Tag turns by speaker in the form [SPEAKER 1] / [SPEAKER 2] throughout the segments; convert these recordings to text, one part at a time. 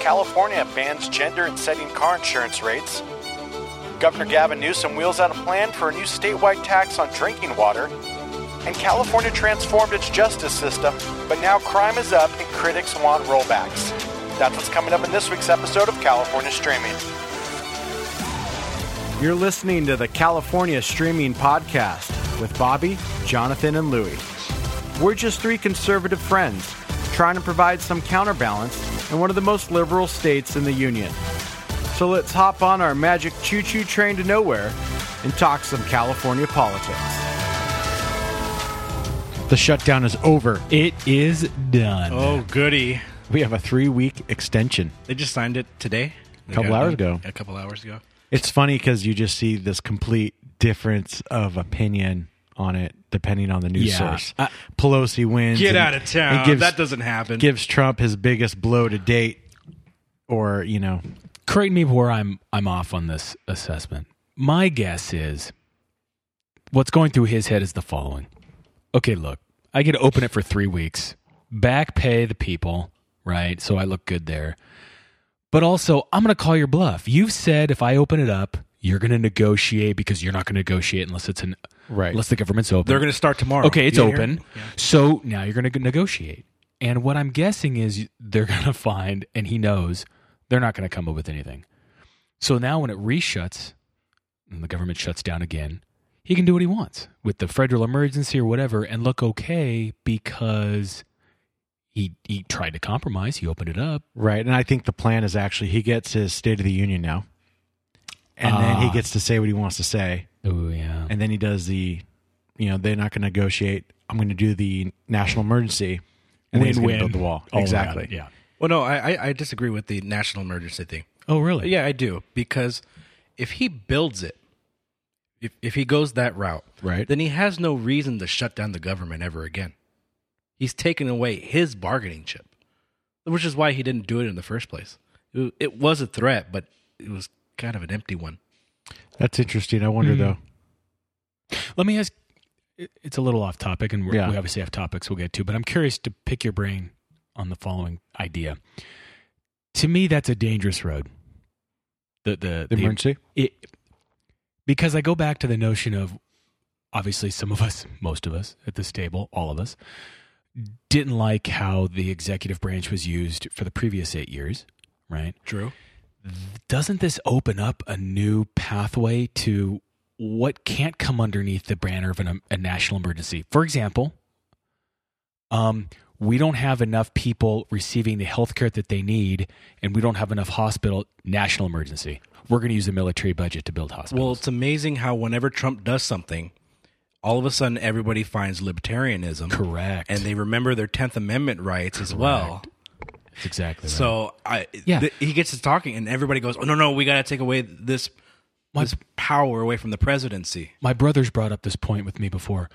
[SPEAKER 1] California bans gender in setting car insurance rates. Governor Gavin Newsom wheels out a plan for a new statewide tax on drinking water. And California transformed its justice system, but now crime is up and critics want rollbacks. That's what's coming up in this week's episode of California Streaming. You're listening to the California Streaming Podcast with Bobby, Jonathan, and Louie. We're just three conservative friends trying to provide some counterbalance in one of the most liberal states in the Union. So let's hop on our magic choo choo train to nowhere and talk some California politics.
[SPEAKER 2] The shutdown is over. It is done.
[SPEAKER 3] Oh, goody.
[SPEAKER 2] We have a three week extension.
[SPEAKER 3] They just signed it today. A
[SPEAKER 2] Couple hours ago.
[SPEAKER 3] A couple hours ago.
[SPEAKER 2] It's funny because you just see this complete difference of opinion on it depending on the news
[SPEAKER 3] Yeah.
[SPEAKER 2] source.
[SPEAKER 3] Uh,
[SPEAKER 2] Pelosi wins.
[SPEAKER 3] Get
[SPEAKER 2] and-
[SPEAKER 3] out of town.
[SPEAKER 2] and gives-
[SPEAKER 3] that doesn't happen.
[SPEAKER 2] Gives Trump his biggest blow to date, or, you know,
[SPEAKER 4] correct me where I'm I'm off on this assessment. My guess is what's going through his head is the following. Okay, look, I get to open it for three weeks, back pay the people, right? So I look good there. But also, I'm going to call your bluff. You've said if I open it up, you're going to negotiate because you're not going to negotiate unless it's an
[SPEAKER 2] Right.
[SPEAKER 4] unless the government's open.
[SPEAKER 3] They're going to start tomorrow.
[SPEAKER 4] Okay, it's
[SPEAKER 3] You hear?
[SPEAKER 4] open. So now you're going to negotiate. And what I'm guessing is you- they're going to find, and he knows, they're not going to come up with anything. So now when it reshuts and the government shuts down again, he can do what he wants with the federal emergency or whatever and look okay because he, he tried to compromise. He opened it up.
[SPEAKER 2] right. And I think the plan is actually he gets his State of the Union now, and then he
[SPEAKER 4] Ah.
[SPEAKER 2] gets to say what he wants to say.
[SPEAKER 4] Oh, yeah.
[SPEAKER 2] and then he does the you know they're not going to negotiate i'm going to do the national emergency and then he's going to build the wall
[SPEAKER 4] All around
[SPEAKER 2] exactly
[SPEAKER 4] it, Yeah.
[SPEAKER 3] Well, no, I, I, I disagree with the national emergency thing.
[SPEAKER 4] Oh, really?
[SPEAKER 3] Yeah, I do. Because if he builds it, if, if he goes that route,
[SPEAKER 2] Right.
[SPEAKER 3] then he has no reason to shut down the government ever again. He's taken away his bargaining chip, which is why he didn't do it in the first place. It wa- It was a threat, but it was kind of an empty one.
[SPEAKER 2] that's interesting i
[SPEAKER 4] Hmm.
[SPEAKER 2] wonder though
[SPEAKER 4] Let me ask. it- It's a little off topic, and we're,
[SPEAKER 2] Yeah.
[SPEAKER 4] we obviously have topics we'll get to, but I'm curious to pick your brain on the following idea. To me, that's a dangerous road. The the,
[SPEAKER 2] the emergency
[SPEAKER 4] it, because I go back to the notion of obviously some of us, most of us at this table, all of us, didn't like how the executive branch was used for the previous eight years, right?
[SPEAKER 3] True.
[SPEAKER 4] doesn't this open up a new pathway to what can't come underneath the banner of an, um, a national emergency? For example, um, we don't have enough people receiving the health care that they need, and we don't have enough hospital. National emergency. We're going to use the military budget to build
[SPEAKER 3] Well,
[SPEAKER 4] hospitals.
[SPEAKER 3] it's amazing how whenever Trump does something, all of a sudden everybody finds libertarianism.
[SPEAKER 4] correct.
[SPEAKER 3] And they remember their 10th Amendment rights as well.
[SPEAKER 4] That's exactly. Right.
[SPEAKER 3] So I,
[SPEAKER 4] Yeah.
[SPEAKER 3] th- he gets to talking, and everybody goes, "Oh no, no, we got to take away this
[SPEAKER 4] My-
[SPEAKER 3] this power away from the presidency."
[SPEAKER 4] my brothers brought up this point with me before.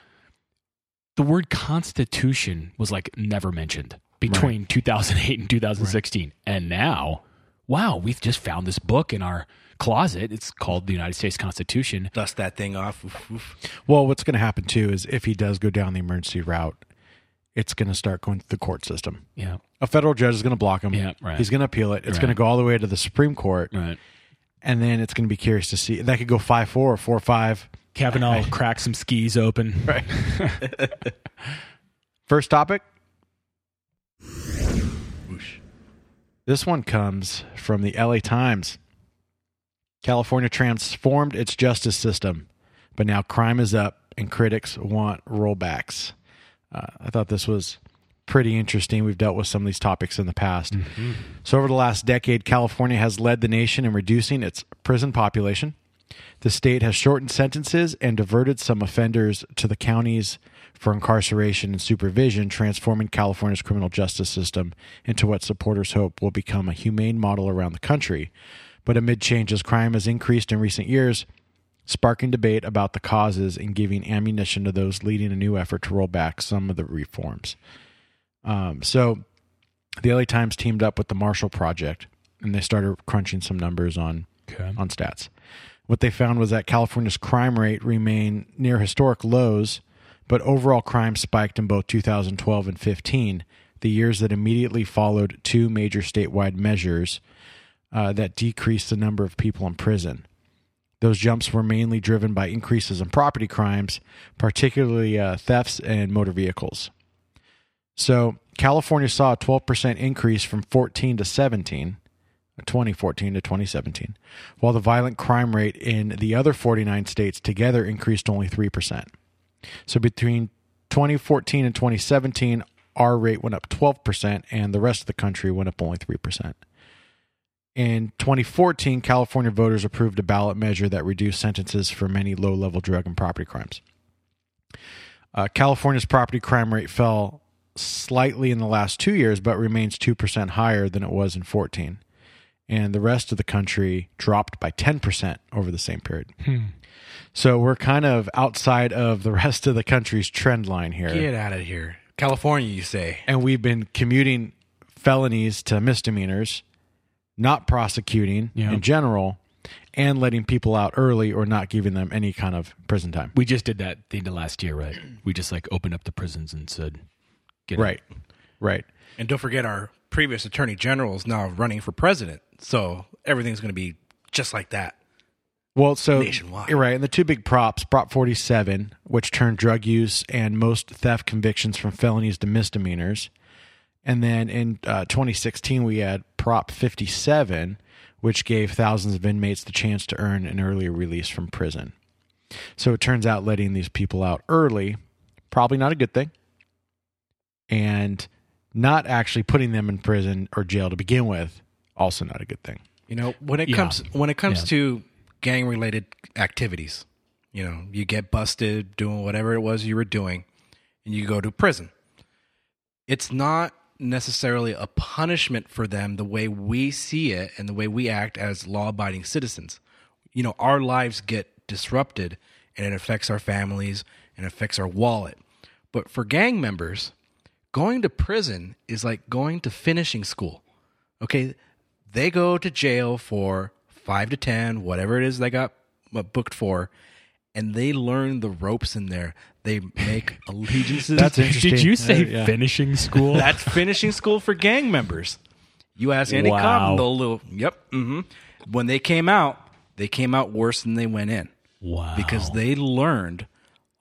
[SPEAKER 4] The word constitution was like never mentioned between 2008 and 2016. And now, wow, we've just found this book in our closet. It's called the United States Constitution.
[SPEAKER 3] Dust that thing off. Oof, oof.
[SPEAKER 2] well what's going to happen too is if he does go down the emergency route it's going to start going through the court system
[SPEAKER 4] Yeah.
[SPEAKER 2] a federal judge is going to block him
[SPEAKER 4] Yeah, right.
[SPEAKER 2] he's going to appeal it it's going to go all the way to the supreme court
[SPEAKER 4] Right.
[SPEAKER 2] and then it's going to be curious to see that could go 5-4 or 4-5
[SPEAKER 4] Kavanaugh will crack some skis open. Right.
[SPEAKER 2] first topic
[SPEAKER 3] Whoosh.
[SPEAKER 2] This one comes from the LA Times. California transformed its justice system, but now crime is up and critics want rollbacks. Uh, I thought this was pretty interesting. We've dealt with some of these topics in the past. So, over the last decade, California has led the nation in reducing its prison population. The state has shortened sentences and diverted some offenders to the counties for incarceration and supervision, transforming California's criminal justice system into what supporters hope will become a humane model around the country. But amid changes, crime has increased in recent years, sparking debate about the causes and giving ammunition to those leading a new effort to roll back some of the reforms. Um, so the LA Times teamed up with the Marshall Project and they started crunching some numbers on
[SPEAKER 4] Okay.
[SPEAKER 2] on stats. What they found was that California's crime rate remained near historic lows, but overall crime spiked in both 2012 and 15. the years that immediately followed two major statewide measures uh, that decreased the number of people in prison. Those jumps were mainly driven by increases in property crimes, particularly uh, thefts and motor vehicles. So, California saw a 12% increase from 14 to 17, 2014 to 2017, while the violent crime rate in the other 49 states together increased only 3%. So, between 2014 and 2017, our rate went up 12%, and the rest of the country went up only 3%. In 2014, California voters approved a ballot measure that reduced sentences for many low level drug and property crimes. Uh, California's property crime rate fell slightly in the last two years, but remains 2% higher than it was in 14. And the rest of the country dropped by 10% over the same period. So we're kind of outside of the rest of the country's trend line here.
[SPEAKER 3] Get out of here. California, you say.
[SPEAKER 2] And we've been commuting felonies to misdemeanors, not prosecuting
[SPEAKER 4] Yeah.
[SPEAKER 2] in general, and letting people out early or not giving them any kind of prison time.
[SPEAKER 4] We just did that thing to last year, right? We just like opened up the prisons and said, get out.
[SPEAKER 2] Right. Right.
[SPEAKER 3] And don't forget, our previous attorney general is now running for president. So everything's going to be just like that.
[SPEAKER 2] Well, so
[SPEAKER 3] Nationwide.
[SPEAKER 2] you're right, and the two big props, Prop 47, which turned drug use and most theft convictions from felonies to misdemeanors, and then in uh, 2016 we had Prop 57, which gave thousands of inmates the chance to earn an earlier release from prison. So it turns out letting these people out early, probably not a good thing, and not actually putting them in prison or jail to begin with, also not a good thing.
[SPEAKER 3] You know, when it comes when it comes to gang related activities, you know, you get busted doing whatever it was you were doing and you go to prison. It's not necessarily a punishment for them the way we see it and the way we act as law abiding citizens. You know, our lives get disrupted and it affects our families and affects our wallet. But for gang members, going to prison is like going to finishing school. Okay, they go to jail for five to ten, whatever it is they got uh, booked for, and they learn the ropes in there. They make allegiances.
[SPEAKER 2] That's interesting.
[SPEAKER 4] Did you say
[SPEAKER 2] Uh, yeah.
[SPEAKER 4] finishing school?
[SPEAKER 3] That's finishing school for gang members. You ask Andy
[SPEAKER 4] Wow.
[SPEAKER 3] Cotton, they'll little yep. hmm When they came out, they came out worse than they went in
[SPEAKER 4] wow.
[SPEAKER 3] because they learned,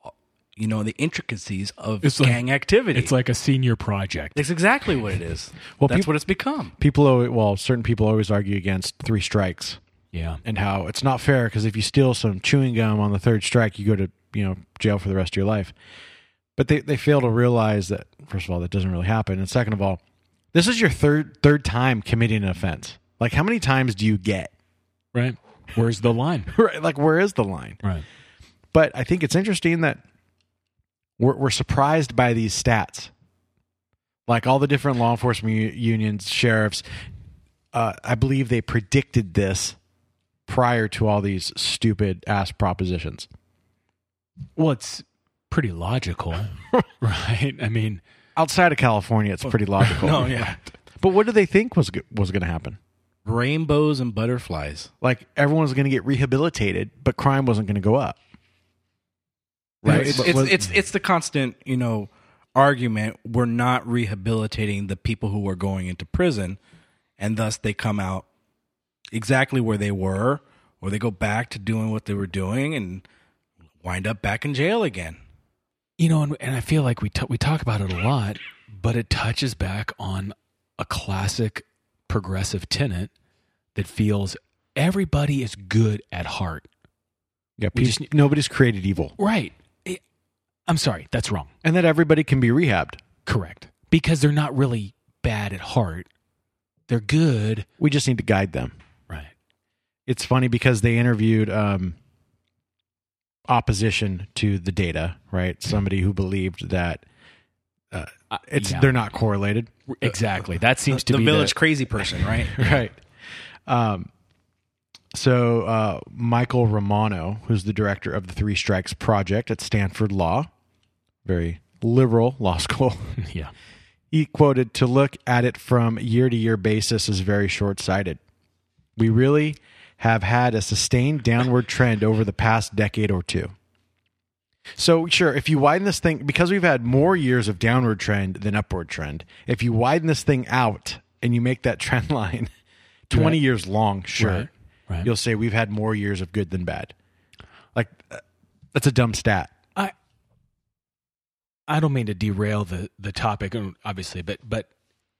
[SPEAKER 3] uh, you know, the intricacies of
[SPEAKER 4] It's like-
[SPEAKER 3] gang activity.
[SPEAKER 4] it's like a senior project.
[SPEAKER 3] That's exactly what it is.
[SPEAKER 2] Well,
[SPEAKER 3] Well, that's
[SPEAKER 2] peop-
[SPEAKER 3] what it's become.
[SPEAKER 2] People, always, well, certain people always argue against three strikes.
[SPEAKER 4] Yeah.
[SPEAKER 2] and how it's not fair because if you steal some chewing gum on the third strike, you go to you know jail for the rest of your life. But they they fail to realize that first of all that doesn't really happen, and second of all, this is your third third time committing an offense. Like how many times do you get?
[SPEAKER 4] Right. Where's the line?
[SPEAKER 2] Right? Like where is the line?
[SPEAKER 4] Right.
[SPEAKER 2] But I think it's interesting that we're, we're surprised by these stats. Like all the different law enforcement u- unions, sheriffs, uh, I believe they predicted this prior to all these stupid ass propositions.
[SPEAKER 4] Well, it's pretty logical, right? I mean,
[SPEAKER 2] Outside of California, it's pretty logical.
[SPEAKER 3] Oh. No, yeah.
[SPEAKER 2] But what do they think was go- was going to happen?
[SPEAKER 3] Rainbows and butterflies.
[SPEAKER 2] Like everyone was going to get rehabilitated, but crime wasn't going to go up.
[SPEAKER 3] Right.
[SPEAKER 2] Right.
[SPEAKER 3] It's,
[SPEAKER 2] But
[SPEAKER 3] it's,
[SPEAKER 2] what-
[SPEAKER 3] it's, it's the constant, you know, argument. We're not rehabilitating the people who are going into prison, and thus they come out exactly where they were, or they go back to doing what they were doing and wind up back in jail again.
[SPEAKER 4] you know, and, and I feel like we t- we talk about it a lot, but it touches back on a classic progressive tenet that feels everybody is good at heart.
[SPEAKER 2] Yeah,
[SPEAKER 4] We just-
[SPEAKER 2] peop- nobody's created evil,
[SPEAKER 4] Right. It- I'm sorry, that's wrong.
[SPEAKER 2] and that everybody can be rehabbed.
[SPEAKER 4] Correct. Because they're not really bad at heart. They're good.
[SPEAKER 2] We just need to guide them.
[SPEAKER 4] Right.
[SPEAKER 2] it's funny because they interviewed um, opposition to the data, right? Somebody who believed that
[SPEAKER 4] Uh,
[SPEAKER 2] it's
[SPEAKER 4] yeah.
[SPEAKER 2] they're not correlated,
[SPEAKER 4] exactly. That seems to
[SPEAKER 3] the
[SPEAKER 4] be
[SPEAKER 3] village crazy person, right?
[SPEAKER 2] right? Um, so uh, Michael Romano, who's the director of the Three Strikes Project at Stanford Law, very liberal law school,
[SPEAKER 4] The, yeah.
[SPEAKER 2] he quoted to look at it from year to year basis is very short sighted. We really have had a sustained downward trend over the past decade or two. So sure, if you widen this thing because we've had more years of downward trend than upward trend, if you widen this thing out and you make that trend line 20 years long, sure.
[SPEAKER 4] Right, right.
[SPEAKER 2] You'll say we've had more years of good than bad. Like uh, that's a dumb stat.
[SPEAKER 4] I I don't mean to derail the the topic, um, obviously, but but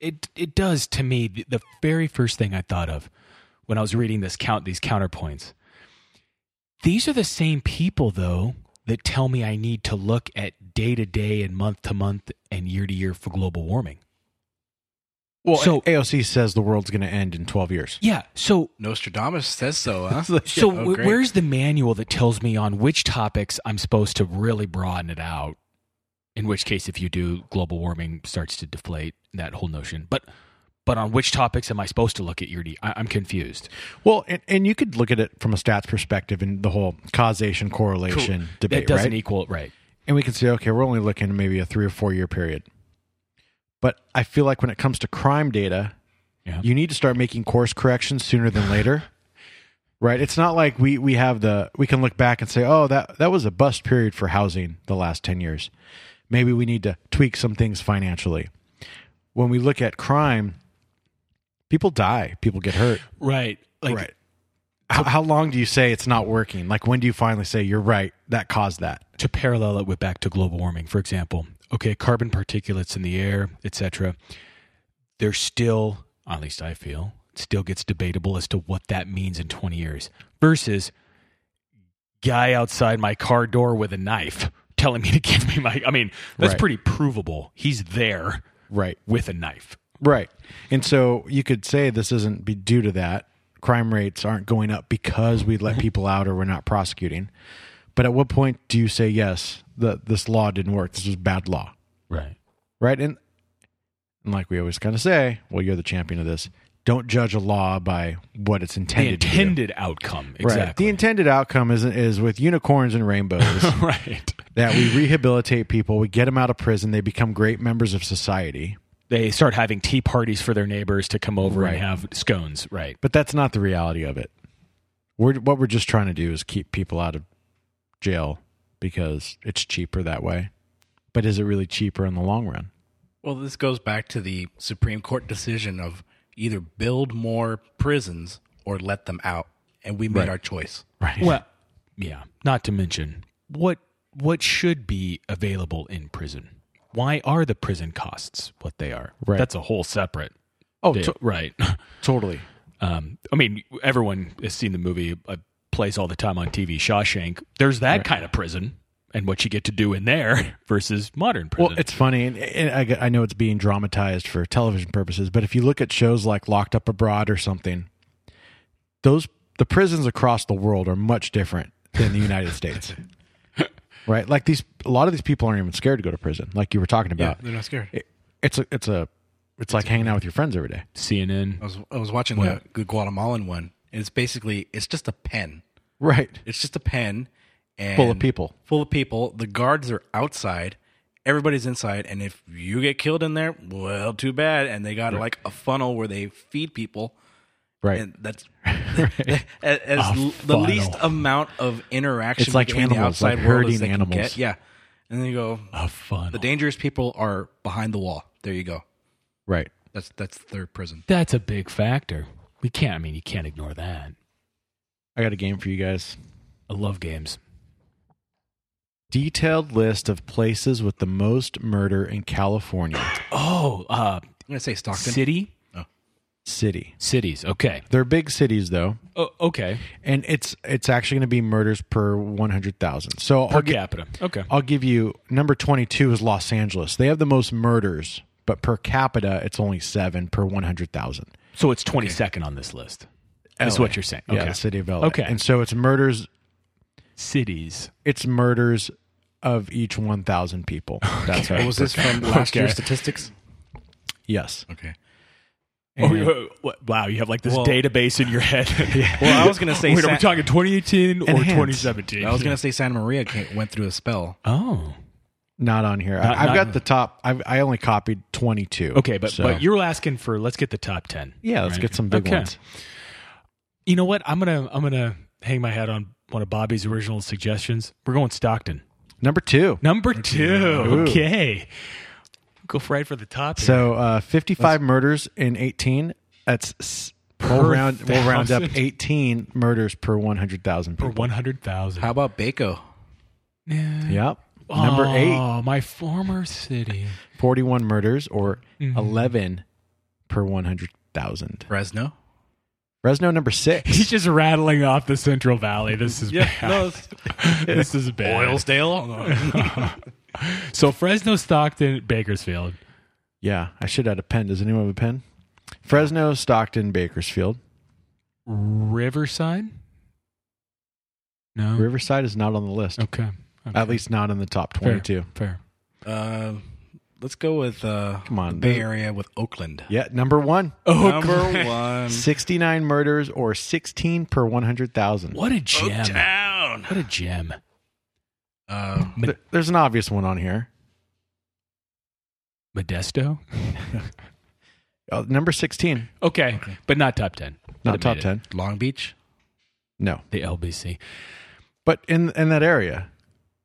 [SPEAKER 4] it it does to me. The, the very first thing I thought of when I was reading this count these counterpoints. These are the same people though that tell me I need to look at day to day and month to month and year to year for global warming.
[SPEAKER 2] Well,
[SPEAKER 4] So-
[SPEAKER 2] so AOC says the world's going to end in 12 years.
[SPEAKER 4] Yeah, so
[SPEAKER 3] Nostradamus says so, huh?
[SPEAKER 4] so
[SPEAKER 3] Oh,
[SPEAKER 4] wh-
[SPEAKER 3] great.
[SPEAKER 4] where's the manual that tells me on which topics I'm supposed to really broaden it out? In which case, if you do, global warming starts to deflate that whole notion. But but on which topics am I supposed to look at your? D- I, I'm confused.
[SPEAKER 2] Well, and, and you could look at it from a stats perspective and the whole causation correlation
[SPEAKER 4] That
[SPEAKER 2] debate,
[SPEAKER 4] doesn't e-
[SPEAKER 2] right?
[SPEAKER 4] equal it, right?
[SPEAKER 2] and we can say, okay, we're only looking at maybe a three or four year period. But I feel like when it comes to crime data,
[SPEAKER 4] Yeah.
[SPEAKER 2] you need to start making course corrections sooner than later. right? It's not like we we have the we can look back and say, oh, that that was a bust period for housing the last ten years. Maybe we need to tweak some things financially. When we look at crime, people die, people get hurt.
[SPEAKER 4] Right. Like,
[SPEAKER 2] right. How, how long do you say it's not working? Like when do you finally say you're right? That caused that.
[SPEAKER 4] to parallel it with back to global warming, for example, okay, carbon particulates in the air, etc. There's still, at least I feel, it still gets debatable as to what that means in 20 years versus guy outside my car door with a knife telling me to give me my. I mean, that's
[SPEAKER 2] Right.
[SPEAKER 4] pretty provable. He's there
[SPEAKER 2] Right.
[SPEAKER 4] with a knife.
[SPEAKER 2] Right. And so you could say this isn't be due to that. Crime rates aren't going up because we
[SPEAKER 4] Mm-hmm.
[SPEAKER 2] let people out or we're not prosecuting. But at what point do you say yes, that this law didn't work? This was bad law.
[SPEAKER 4] Right.
[SPEAKER 2] Right? And and like we always kind of say, well, you're the champion of this. Don't judge a law by what it's
[SPEAKER 4] The
[SPEAKER 2] intended. to do.
[SPEAKER 4] intended outcome.
[SPEAKER 2] Right. The
[SPEAKER 4] Exactly.
[SPEAKER 2] intended outcome is is with unicorns and rainbows
[SPEAKER 4] right.
[SPEAKER 2] that we rehabilitate people, we get them out of prison, they become great members of society.
[SPEAKER 4] They start having tea parties for their neighbors to come over
[SPEAKER 2] Right.
[SPEAKER 4] and have scones. Right.
[SPEAKER 2] But that's not the reality of it. We're what we're just trying to do is keep people out of jail because it's cheaper that way. But is it really cheaper in the long run?
[SPEAKER 3] Well, this goes back to the Supreme Court decision of either build more prisons or let them out, and we made our choice.
[SPEAKER 2] Right.
[SPEAKER 4] Well, yeah. Not to mention what what should be available in prison. Why are the prison costs what they are?
[SPEAKER 2] Right.
[SPEAKER 4] That's a whole separate.
[SPEAKER 2] oh,
[SPEAKER 4] deal.
[SPEAKER 2] to-
[SPEAKER 4] right.
[SPEAKER 2] totally.
[SPEAKER 4] Um, I mean, everyone has seen the movie. It plays all the time on TV. Shawshank. There's that kind of prison and what you get to do in there versus modern prison.
[SPEAKER 2] Well, it's funny, and, and I, I know it's being dramatized for television purposes. But if you look at shows like Locked Up Abroad or something, those the prisons across the world are much different than the United States, right? Like these, a lot of these people aren't even scared to go to prison, like you were talking about.
[SPEAKER 3] They're not scared.
[SPEAKER 2] It- it's a, it's a, it's like hanging out with your friends every day,
[SPEAKER 3] I
[SPEAKER 4] CNN.
[SPEAKER 3] was I was watching the, the Guatemalan one, and it's basically it's just a pen.
[SPEAKER 2] right?
[SPEAKER 3] It's just a pen and
[SPEAKER 2] Full of people.
[SPEAKER 3] Full of people. The guards are outside. Everybody's inside, and if you get killed in there, well, too bad. And they got like a funnel where they feed people,
[SPEAKER 2] Right.
[SPEAKER 3] and that's as, as l- the
[SPEAKER 4] funnel.
[SPEAKER 3] least amount of interaction
[SPEAKER 2] It's like
[SPEAKER 3] between the
[SPEAKER 2] animals, like
[SPEAKER 3] outside world
[SPEAKER 2] herding
[SPEAKER 3] as they can
[SPEAKER 2] animals.
[SPEAKER 3] get. Yeah, and then you go.
[SPEAKER 4] A fun.
[SPEAKER 3] The dangerous people are behind the wall. There you go.
[SPEAKER 2] right.
[SPEAKER 3] That's that's the third prison.
[SPEAKER 4] That's a big factor. We can't. I mean, you can't ignore that.
[SPEAKER 2] I got a game for you guys.
[SPEAKER 4] I love games.
[SPEAKER 2] Detailed list of places with the most murder in California
[SPEAKER 4] Oh, uh,
[SPEAKER 3] I'm gonna say Stockton.
[SPEAKER 4] city
[SPEAKER 2] city.
[SPEAKER 4] cities. Okay.
[SPEAKER 2] They're big cities, though.
[SPEAKER 4] Oh, okay.
[SPEAKER 2] and it's it's actually going to be murders per 100,000. So
[SPEAKER 4] per
[SPEAKER 2] I'll, gi-
[SPEAKER 4] capita. Okay. Uh,
[SPEAKER 2] I'll give you number 22 is Los Angeles. They have the most murders, but per capita it's only 7 per 100,000.
[SPEAKER 4] So it's 22nd on this list. That's
[SPEAKER 2] LA.
[SPEAKER 4] what you're saying. Okay.
[SPEAKER 2] Yeah, the city of LA.
[SPEAKER 4] Okay.
[SPEAKER 2] And so it's murders
[SPEAKER 4] Cities.
[SPEAKER 2] it's murders of each 1,000 people. That's right.
[SPEAKER 3] What was this from last
[SPEAKER 4] Okay.
[SPEAKER 3] year's statistics?
[SPEAKER 2] Yes.
[SPEAKER 3] Okay.
[SPEAKER 4] Oh,
[SPEAKER 2] And-
[SPEAKER 4] you- what- wow, you have like this
[SPEAKER 3] Well-
[SPEAKER 4] database in your head.
[SPEAKER 3] Well, I was gonna say
[SPEAKER 4] Wait, are we
[SPEAKER 3] San-
[SPEAKER 4] talking 2018 or
[SPEAKER 2] Enhanced.
[SPEAKER 4] 2017?
[SPEAKER 3] I was gonna say Santa Maria ca- went through a spell.
[SPEAKER 4] Oh,
[SPEAKER 2] not on here.
[SPEAKER 4] Not-
[SPEAKER 2] I, I've
[SPEAKER 4] not-
[SPEAKER 2] got the top. I've, I only copied 22.
[SPEAKER 4] okay, but
[SPEAKER 2] So-
[SPEAKER 4] but you were asking for let's get the top 10.
[SPEAKER 2] yeah, let's
[SPEAKER 4] right?
[SPEAKER 2] get some big
[SPEAKER 4] Okay.
[SPEAKER 2] ones.
[SPEAKER 4] You know what? I'm gonna I'm gonna hang my head on one of Bobby's original suggestions. We're going Stockton.
[SPEAKER 2] Number two.
[SPEAKER 4] Number two. Okay. Go right for the top. here.
[SPEAKER 2] So uh, 55 murders in 18. That's s- we'll
[SPEAKER 4] Per
[SPEAKER 2] round we'll round up
[SPEAKER 4] thousand.
[SPEAKER 2] 18 murders per 100,000
[SPEAKER 4] for
[SPEAKER 2] people.
[SPEAKER 4] 100,000.
[SPEAKER 3] How about Baco?
[SPEAKER 2] Yep. Number eight,
[SPEAKER 4] Oh, my former city.
[SPEAKER 2] 41 murders or
[SPEAKER 4] Mm-hmm.
[SPEAKER 2] 11 per 100,000.
[SPEAKER 3] Fresno?
[SPEAKER 2] Resno number six.
[SPEAKER 4] He's just rattling off the Central Valley. This is bad. this is bad.
[SPEAKER 3] Oilsdale?
[SPEAKER 4] So Fresno, Stockton, Bakersfield.
[SPEAKER 2] yeah, I should add a pen. Does anyone have a pen? Fresno, Stockton, Bakersfield.
[SPEAKER 4] Riverside? No.
[SPEAKER 2] Riverside is not on the list.
[SPEAKER 4] Oh. okay. okay.
[SPEAKER 2] At least not in the top
[SPEAKER 4] Fair.
[SPEAKER 2] 22.
[SPEAKER 4] Fair.
[SPEAKER 3] uh, let's go with uh,
[SPEAKER 2] Come on.
[SPEAKER 3] Bay Area with Oakland.
[SPEAKER 2] Yeah, number one.
[SPEAKER 4] Oh,
[SPEAKER 3] Number one.
[SPEAKER 2] 69 murders or 16 per 100,000.
[SPEAKER 4] what a gem.
[SPEAKER 3] Down.
[SPEAKER 4] What a gem.
[SPEAKER 3] Uh,
[SPEAKER 2] Th- There's an obvious one on here.
[SPEAKER 4] Modesto?
[SPEAKER 2] Uh, number 16,
[SPEAKER 4] Okay, but not top 10.
[SPEAKER 2] not top
[SPEAKER 4] Would've made
[SPEAKER 2] 10.
[SPEAKER 3] Long Beach?
[SPEAKER 2] No.
[SPEAKER 4] it. The LBC.
[SPEAKER 2] But in in that area,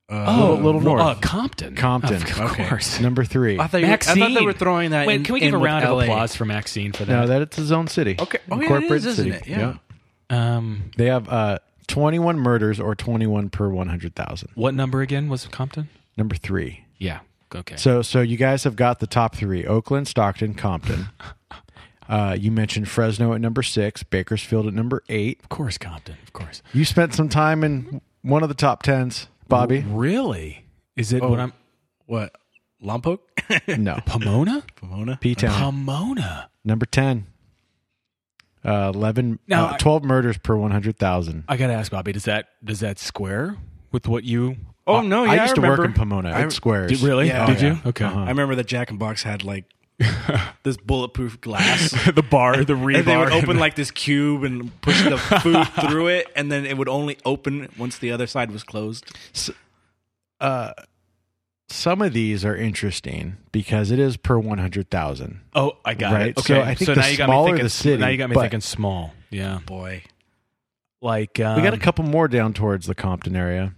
[SPEAKER 3] Uh,
[SPEAKER 2] Oh, Little- Little
[SPEAKER 4] well,
[SPEAKER 2] North.
[SPEAKER 4] Uh, Compton.
[SPEAKER 2] Compton.
[SPEAKER 4] Of,
[SPEAKER 3] Okay.
[SPEAKER 4] course.
[SPEAKER 2] number 3.
[SPEAKER 3] I, thought you were- I thought they
[SPEAKER 4] Maxine.
[SPEAKER 3] were throwing that
[SPEAKER 4] Wait,
[SPEAKER 3] in-
[SPEAKER 4] can we
[SPEAKER 3] in
[SPEAKER 4] give a
[SPEAKER 3] with
[SPEAKER 4] round of
[SPEAKER 3] LA.
[SPEAKER 4] applause for Maxine for
[SPEAKER 2] no,
[SPEAKER 4] that?
[SPEAKER 2] that it's his own city.
[SPEAKER 3] Okay. Oh, yeah, it
[SPEAKER 2] Incorporated
[SPEAKER 3] is, isn't
[SPEAKER 2] city.
[SPEAKER 3] it? Yeah.
[SPEAKER 4] um,
[SPEAKER 2] They have uh 21 murders or 21 per 100,000.
[SPEAKER 4] what number again was Compton?
[SPEAKER 2] Number 3.
[SPEAKER 4] Yeah. Okay.
[SPEAKER 2] So so you guys have got the top 3, Oakland, Stockton, Compton. Uh, you mentioned Fresno at number six, Bakersfield at number eight.
[SPEAKER 4] of course, Compton. Of course.
[SPEAKER 2] You spent some time in one of the top tens, Bobby.
[SPEAKER 4] Really? Is
[SPEAKER 2] Oh.
[SPEAKER 4] it what I'm.
[SPEAKER 3] What? Lompoc?
[SPEAKER 2] No,
[SPEAKER 4] Pomona?
[SPEAKER 3] Pomona?
[SPEAKER 2] P Town
[SPEAKER 4] Pomona.
[SPEAKER 2] number ten. Uh, Eleven,
[SPEAKER 4] Now,
[SPEAKER 2] uh,
[SPEAKER 4] I-
[SPEAKER 2] twelve murders per one hundred thousand.
[SPEAKER 4] I gotta ask, Bobby. Does that does that square with what you
[SPEAKER 3] Oh, no. Yeah,
[SPEAKER 2] I used to
[SPEAKER 3] remember.
[SPEAKER 2] work in Pomona.
[SPEAKER 3] I-
[SPEAKER 2] It squares.
[SPEAKER 4] did? Really?
[SPEAKER 3] Yeah,
[SPEAKER 2] Oh,
[SPEAKER 4] did
[SPEAKER 3] yeah.
[SPEAKER 4] you? Okay.
[SPEAKER 2] Uh-huh.
[SPEAKER 3] I remember that Jack and Box had like this bulletproof glass.
[SPEAKER 4] the bar, the rebar.
[SPEAKER 3] And they would open like this cube and push the food through it, and then it would only open once the other side was closed.
[SPEAKER 2] Uh, Some of these are interesting because it is per one hundred thousand.
[SPEAKER 4] Oh, I got
[SPEAKER 2] Right.
[SPEAKER 4] it. Okay.
[SPEAKER 2] So I think the
[SPEAKER 4] now you got me
[SPEAKER 2] smaller
[SPEAKER 4] thinking,
[SPEAKER 2] the city,
[SPEAKER 4] Now you got me
[SPEAKER 2] but-
[SPEAKER 4] thinking small. Yeah.
[SPEAKER 3] Boy,
[SPEAKER 4] Like um,
[SPEAKER 2] We got a couple more down towards the Compton area.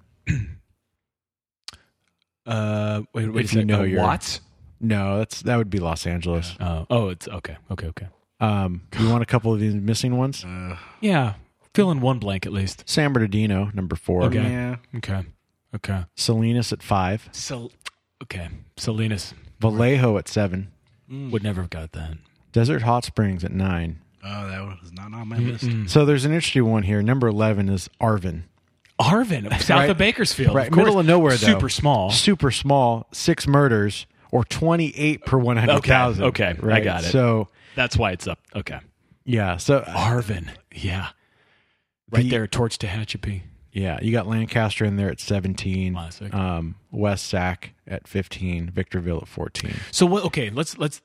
[SPEAKER 4] Uh, wait, wait.
[SPEAKER 2] If
[SPEAKER 4] a
[SPEAKER 2] you oh,
[SPEAKER 4] sec.
[SPEAKER 2] know
[SPEAKER 4] Uh,
[SPEAKER 2] your-
[SPEAKER 4] Watts.
[SPEAKER 2] No, that's that would be Los Angeles.
[SPEAKER 4] Oh, oh, it's okay. Okay. Okay.
[SPEAKER 2] Um, you want a couple of these missing ones?
[SPEAKER 4] Yeah. Fill in one blank at least.
[SPEAKER 2] San Bernardino, number four.
[SPEAKER 4] Okay.
[SPEAKER 3] yeah.
[SPEAKER 4] Okay. Okay.
[SPEAKER 2] Salinas at five.
[SPEAKER 4] So, okay. Salinas
[SPEAKER 2] Vallejo at seven. Mm.
[SPEAKER 4] would never have got that.
[SPEAKER 2] Desert Hot Springs at nine.
[SPEAKER 3] Oh, that was not on my list.
[SPEAKER 2] So there's an interesting one here. Number eleven is Arvin.
[SPEAKER 4] Arvin, south
[SPEAKER 2] Right.
[SPEAKER 4] of Bakersfield,
[SPEAKER 2] Right,
[SPEAKER 4] of course.
[SPEAKER 2] middle of nowhere, though.
[SPEAKER 4] super small.
[SPEAKER 2] super small, six murders or 28 per 100,000.
[SPEAKER 4] Okay, okay, I
[SPEAKER 2] right?
[SPEAKER 4] got it.
[SPEAKER 2] So,
[SPEAKER 4] That's why it's up. Okay,
[SPEAKER 2] yeah, so
[SPEAKER 4] Arvin, yeah, right
[SPEAKER 2] The-
[SPEAKER 4] there, Torch to Hatchapi.
[SPEAKER 2] yeah, you got Lancaster in there at 17.
[SPEAKER 4] Classic.
[SPEAKER 2] Um, West Sac at 15, Victorville at 14.
[SPEAKER 4] So what? Okay, let's let's.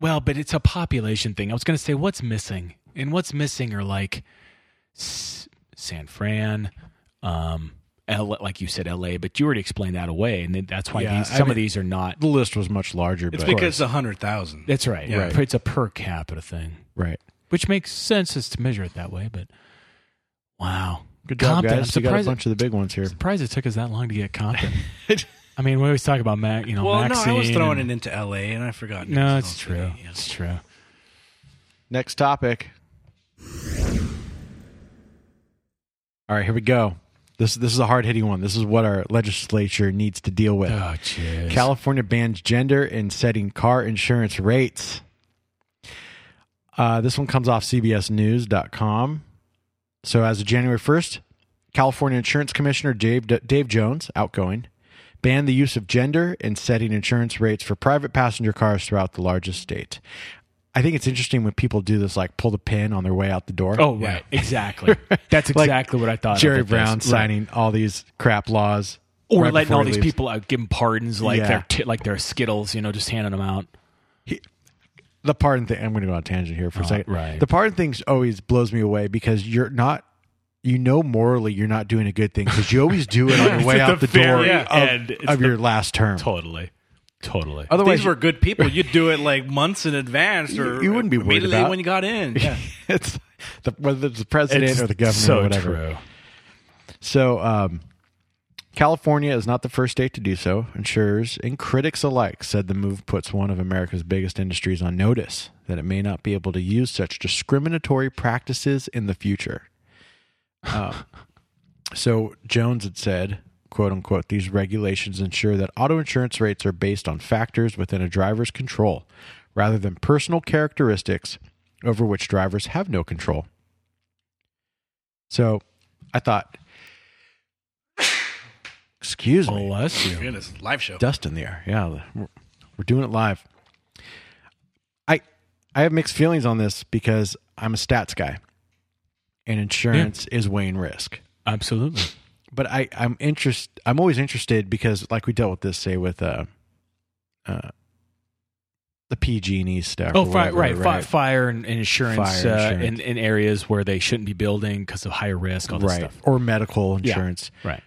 [SPEAKER 4] Well, but it's a population thing. I was going to say what's missing, and what's missing are like S- San Fran, um, L, like you said, L.A. But you already explained that away, and then that's why
[SPEAKER 2] Yeah,
[SPEAKER 4] these,
[SPEAKER 2] I
[SPEAKER 4] some of
[SPEAKER 2] mean-
[SPEAKER 4] these are not.
[SPEAKER 2] The list was much larger,
[SPEAKER 3] It's
[SPEAKER 2] but
[SPEAKER 3] because it's a hundred thousand.
[SPEAKER 4] That's right.
[SPEAKER 3] Yeah.
[SPEAKER 4] It's a per capita thing,
[SPEAKER 2] right.
[SPEAKER 4] which makes sense as to measure it that way. But wow,
[SPEAKER 2] Good job,
[SPEAKER 4] Compton, I'm
[SPEAKER 2] guys. You got a
[SPEAKER 4] surprised.
[SPEAKER 2] bunch of the big ones here.
[SPEAKER 4] surprised it took us that long to get Compton. I mean, we always talk about Mac, you know,
[SPEAKER 3] Well,
[SPEAKER 4] Maxine.
[SPEAKER 3] no, I was throwing
[SPEAKER 4] and-
[SPEAKER 3] it into L.A. and I forgot.
[SPEAKER 4] No,
[SPEAKER 3] Nixon
[SPEAKER 4] it's
[SPEAKER 3] City,
[SPEAKER 4] true.
[SPEAKER 3] yeah.
[SPEAKER 4] It's true.
[SPEAKER 2] Next topic. All right, here we go. This this is a hard hitting one. This is what our legislature needs to deal with.
[SPEAKER 4] Oh, jeez.
[SPEAKER 2] California bans gender in setting car insurance rates. Uh, this one comes off CBSNews.com. So, as of January 1st, California Insurance Commissioner Dave, Dave Jones, outgoing, banned the use of gender in setting insurance rates for private passenger cars throughout the largest state. I think it's interesting when people do this, like pull the pin on their way out the door.
[SPEAKER 4] oh, right. Exactly. That's
[SPEAKER 2] Like
[SPEAKER 4] exactly what I thought. of
[SPEAKER 2] Jerry
[SPEAKER 4] with this.
[SPEAKER 2] Brown
[SPEAKER 4] Right.
[SPEAKER 2] signing all these crap laws.
[SPEAKER 4] Or
[SPEAKER 2] right
[SPEAKER 4] letting
[SPEAKER 2] before
[SPEAKER 4] all
[SPEAKER 2] he
[SPEAKER 4] these
[SPEAKER 2] leaves.
[SPEAKER 4] people out, give them pardons like
[SPEAKER 2] Yeah.
[SPEAKER 4] they're t- like they're Skittles, you know, just handing them out.
[SPEAKER 2] the pardon thing. I'm going to go on a tangent here for a second.
[SPEAKER 4] Oh, right.
[SPEAKER 2] The pardon thing always blows me away because you're not, you know, morally you're not doing a good thing because you always do it on your way
[SPEAKER 4] at
[SPEAKER 2] out the,
[SPEAKER 4] the
[SPEAKER 2] door
[SPEAKER 4] very
[SPEAKER 2] of,
[SPEAKER 4] end. It's
[SPEAKER 2] of
[SPEAKER 4] the-
[SPEAKER 2] your last term.
[SPEAKER 4] Totally. Totally.
[SPEAKER 2] Otherwise,
[SPEAKER 3] These were good people. You'd do it like months in advance, or
[SPEAKER 2] You wouldn't be worried
[SPEAKER 3] immediately
[SPEAKER 2] about.
[SPEAKER 3] when you got in. Yeah.
[SPEAKER 2] it's the, whether it's the president or the governor
[SPEAKER 4] so
[SPEAKER 2] or whatever.
[SPEAKER 4] true.
[SPEAKER 2] So, um, California is not the first state to do so. Insurers and critics alike said the move puts one of America's biggest industries on notice that it may not be able to use such discriminatory practices in the future. Um, so Jones had said, quote unquote, these regulations ensure that auto insurance rates are based on factors within a driver's control rather than personal characteristics over which drivers have no control. So I thought, excuse me,
[SPEAKER 4] Bless you.
[SPEAKER 3] Goodness, live show.
[SPEAKER 2] dust in the air. Yeah, the- we're, we're doing it live. I I have mixed feelings on this because I'm a stats guy, and insurance is weighing risk.
[SPEAKER 4] Absolutely.
[SPEAKER 2] But I I'm interest I'm always interested because like we dealt with this say with uh uh the PG and E stuff.
[SPEAKER 4] Oh,
[SPEAKER 2] or
[SPEAKER 4] fire,
[SPEAKER 2] whatever,
[SPEAKER 4] right. Fi Fire and, and insurance,
[SPEAKER 2] Fire
[SPEAKER 4] Uh, in,
[SPEAKER 2] insurance.
[SPEAKER 4] in areas where they shouldn't be building because of higher risk, all this
[SPEAKER 2] right,
[SPEAKER 4] stuff.
[SPEAKER 2] or medical insurance.
[SPEAKER 4] Right.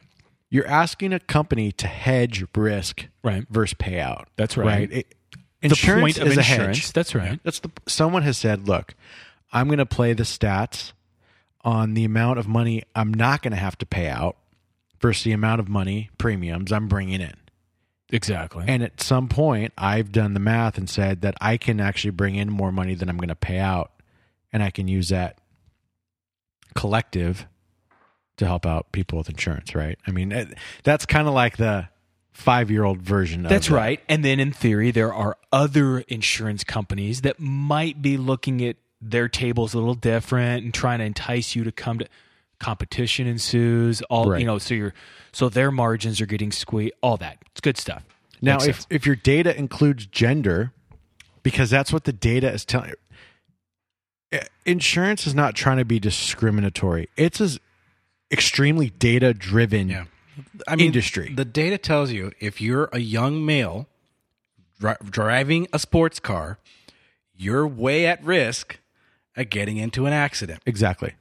[SPEAKER 2] You're asking a company to hedge risk
[SPEAKER 4] Right.
[SPEAKER 2] versus payout.
[SPEAKER 4] That's right.
[SPEAKER 2] right. It, insurance
[SPEAKER 4] the point of
[SPEAKER 2] is a
[SPEAKER 4] insurance.
[SPEAKER 2] hedge.
[SPEAKER 4] That's right.
[SPEAKER 2] That's the someone has said, look, I'm going to play the stats on the amount of money I'm not going to have to pay out versus the amount of money premiums I'm bringing in.
[SPEAKER 4] Exactly.
[SPEAKER 2] And at some point, I've done the math and said that I can actually bring in more money than I'm going to pay out, and I can use that collective to help out people with insurance. Right? I mean, it- that's kind of like the five-year-old version. of
[SPEAKER 4] That's
[SPEAKER 2] that.
[SPEAKER 4] right. And then in theory, there are other insurance companies that might be looking at their tables a little different and trying to entice you to come to competition ensues. All
[SPEAKER 2] Right.
[SPEAKER 4] you know, so you're so their margins are getting squeezed. All that. It's good stuff.
[SPEAKER 2] Now,
[SPEAKER 4] Makes
[SPEAKER 2] if,
[SPEAKER 4] sense.
[SPEAKER 2] if your data includes gender, because that's what the data is telling I- insurance is not trying to be discriminatory. It's an extremely data driven.
[SPEAKER 3] Yeah. I mean,
[SPEAKER 2] industry.
[SPEAKER 3] The data tells you if you're a young male dri- driving a sports car, you're way at risk of getting into an accident.
[SPEAKER 2] Exactly.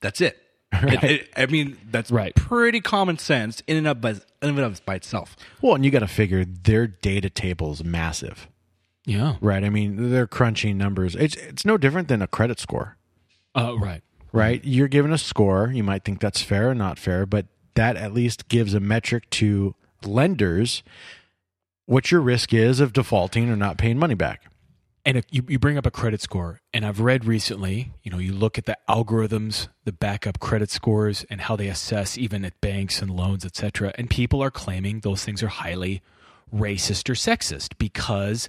[SPEAKER 3] That's it. It- it- I mean, that's
[SPEAKER 4] Right.
[SPEAKER 3] pretty common sense in and of by, in and of by itself.
[SPEAKER 2] Well, and you got to figure their data table is massive,
[SPEAKER 4] yeah,
[SPEAKER 2] right? I mean, they're crunching numbers. It's, it's no different than a credit score,
[SPEAKER 4] uh, right.
[SPEAKER 2] right? You're given a score. You might think that's fair or not fair, but that at least gives a metric to lenders what your risk is of defaulting or not paying money back.
[SPEAKER 4] and if you, you bring up a credit score and i've read recently you know you look at the algorithms the backup credit scores and how they assess even at banks and loans etc and people are claiming those things are highly racist or sexist because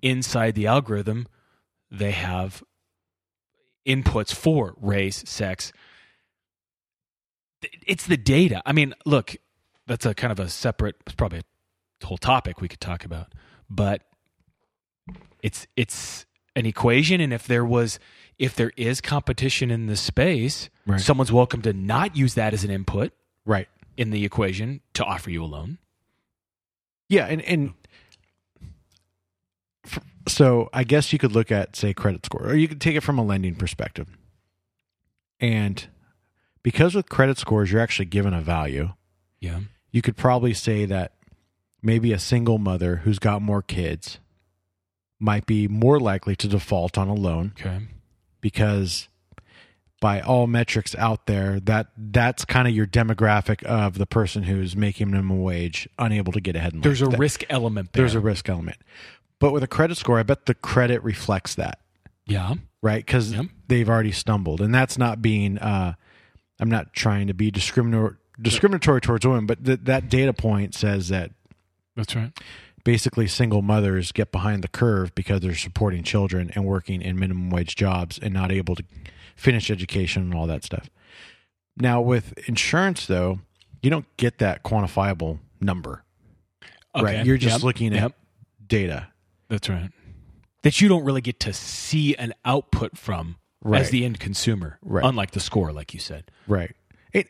[SPEAKER 4] inside the algorithm they have inputs for race sex it's the data i mean look that's a kind of a separate it's probably a whole topic we could talk about but it's it's an equation and if there was if there is competition in this space
[SPEAKER 2] Right.
[SPEAKER 4] someone's welcome to not use that as an input
[SPEAKER 2] Right.
[SPEAKER 4] in the equation to offer you a loan
[SPEAKER 2] Yeah, and and f- so I guess you could look at say credit score, or you could take it from a lending perspective. And because with credit scores, you're actually given a value.
[SPEAKER 4] yeah
[SPEAKER 2] You could probably say that maybe a single mother who's got more kids might be more likely to default on a loan
[SPEAKER 4] okay
[SPEAKER 2] because by all metrics out there that that's kind of your demographic of the person who's making minimum wage unable to get ahead in life.
[SPEAKER 4] there's a
[SPEAKER 2] That-
[SPEAKER 4] risk element there
[SPEAKER 2] there's a risk element. But with a credit score, I bet the credit reflects that,
[SPEAKER 4] yeah
[SPEAKER 2] right? Because
[SPEAKER 4] Yep.
[SPEAKER 2] they've already stumbled, and that's not being. Uh, I'm not trying to be discriminatory discriminatory towards women, but th- that data point says that
[SPEAKER 4] that's right
[SPEAKER 2] basically single mothers get behind the curve because they're supporting children and working in minimum wage jobs and not able to finish education and all that stuff. Now with insurance though, you don't get that quantifiable number. Right. You're just
[SPEAKER 4] Yep.
[SPEAKER 2] looking at
[SPEAKER 4] Yep.
[SPEAKER 2] data.
[SPEAKER 4] that's right that you don't really get to see an output from
[SPEAKER 2] Right.
[SPEAKER 4] as the end consumer
[SPEAKER 2] Right.
[SPEAKER 4] unlike the score like you said
[SPEAKER 2] Right. It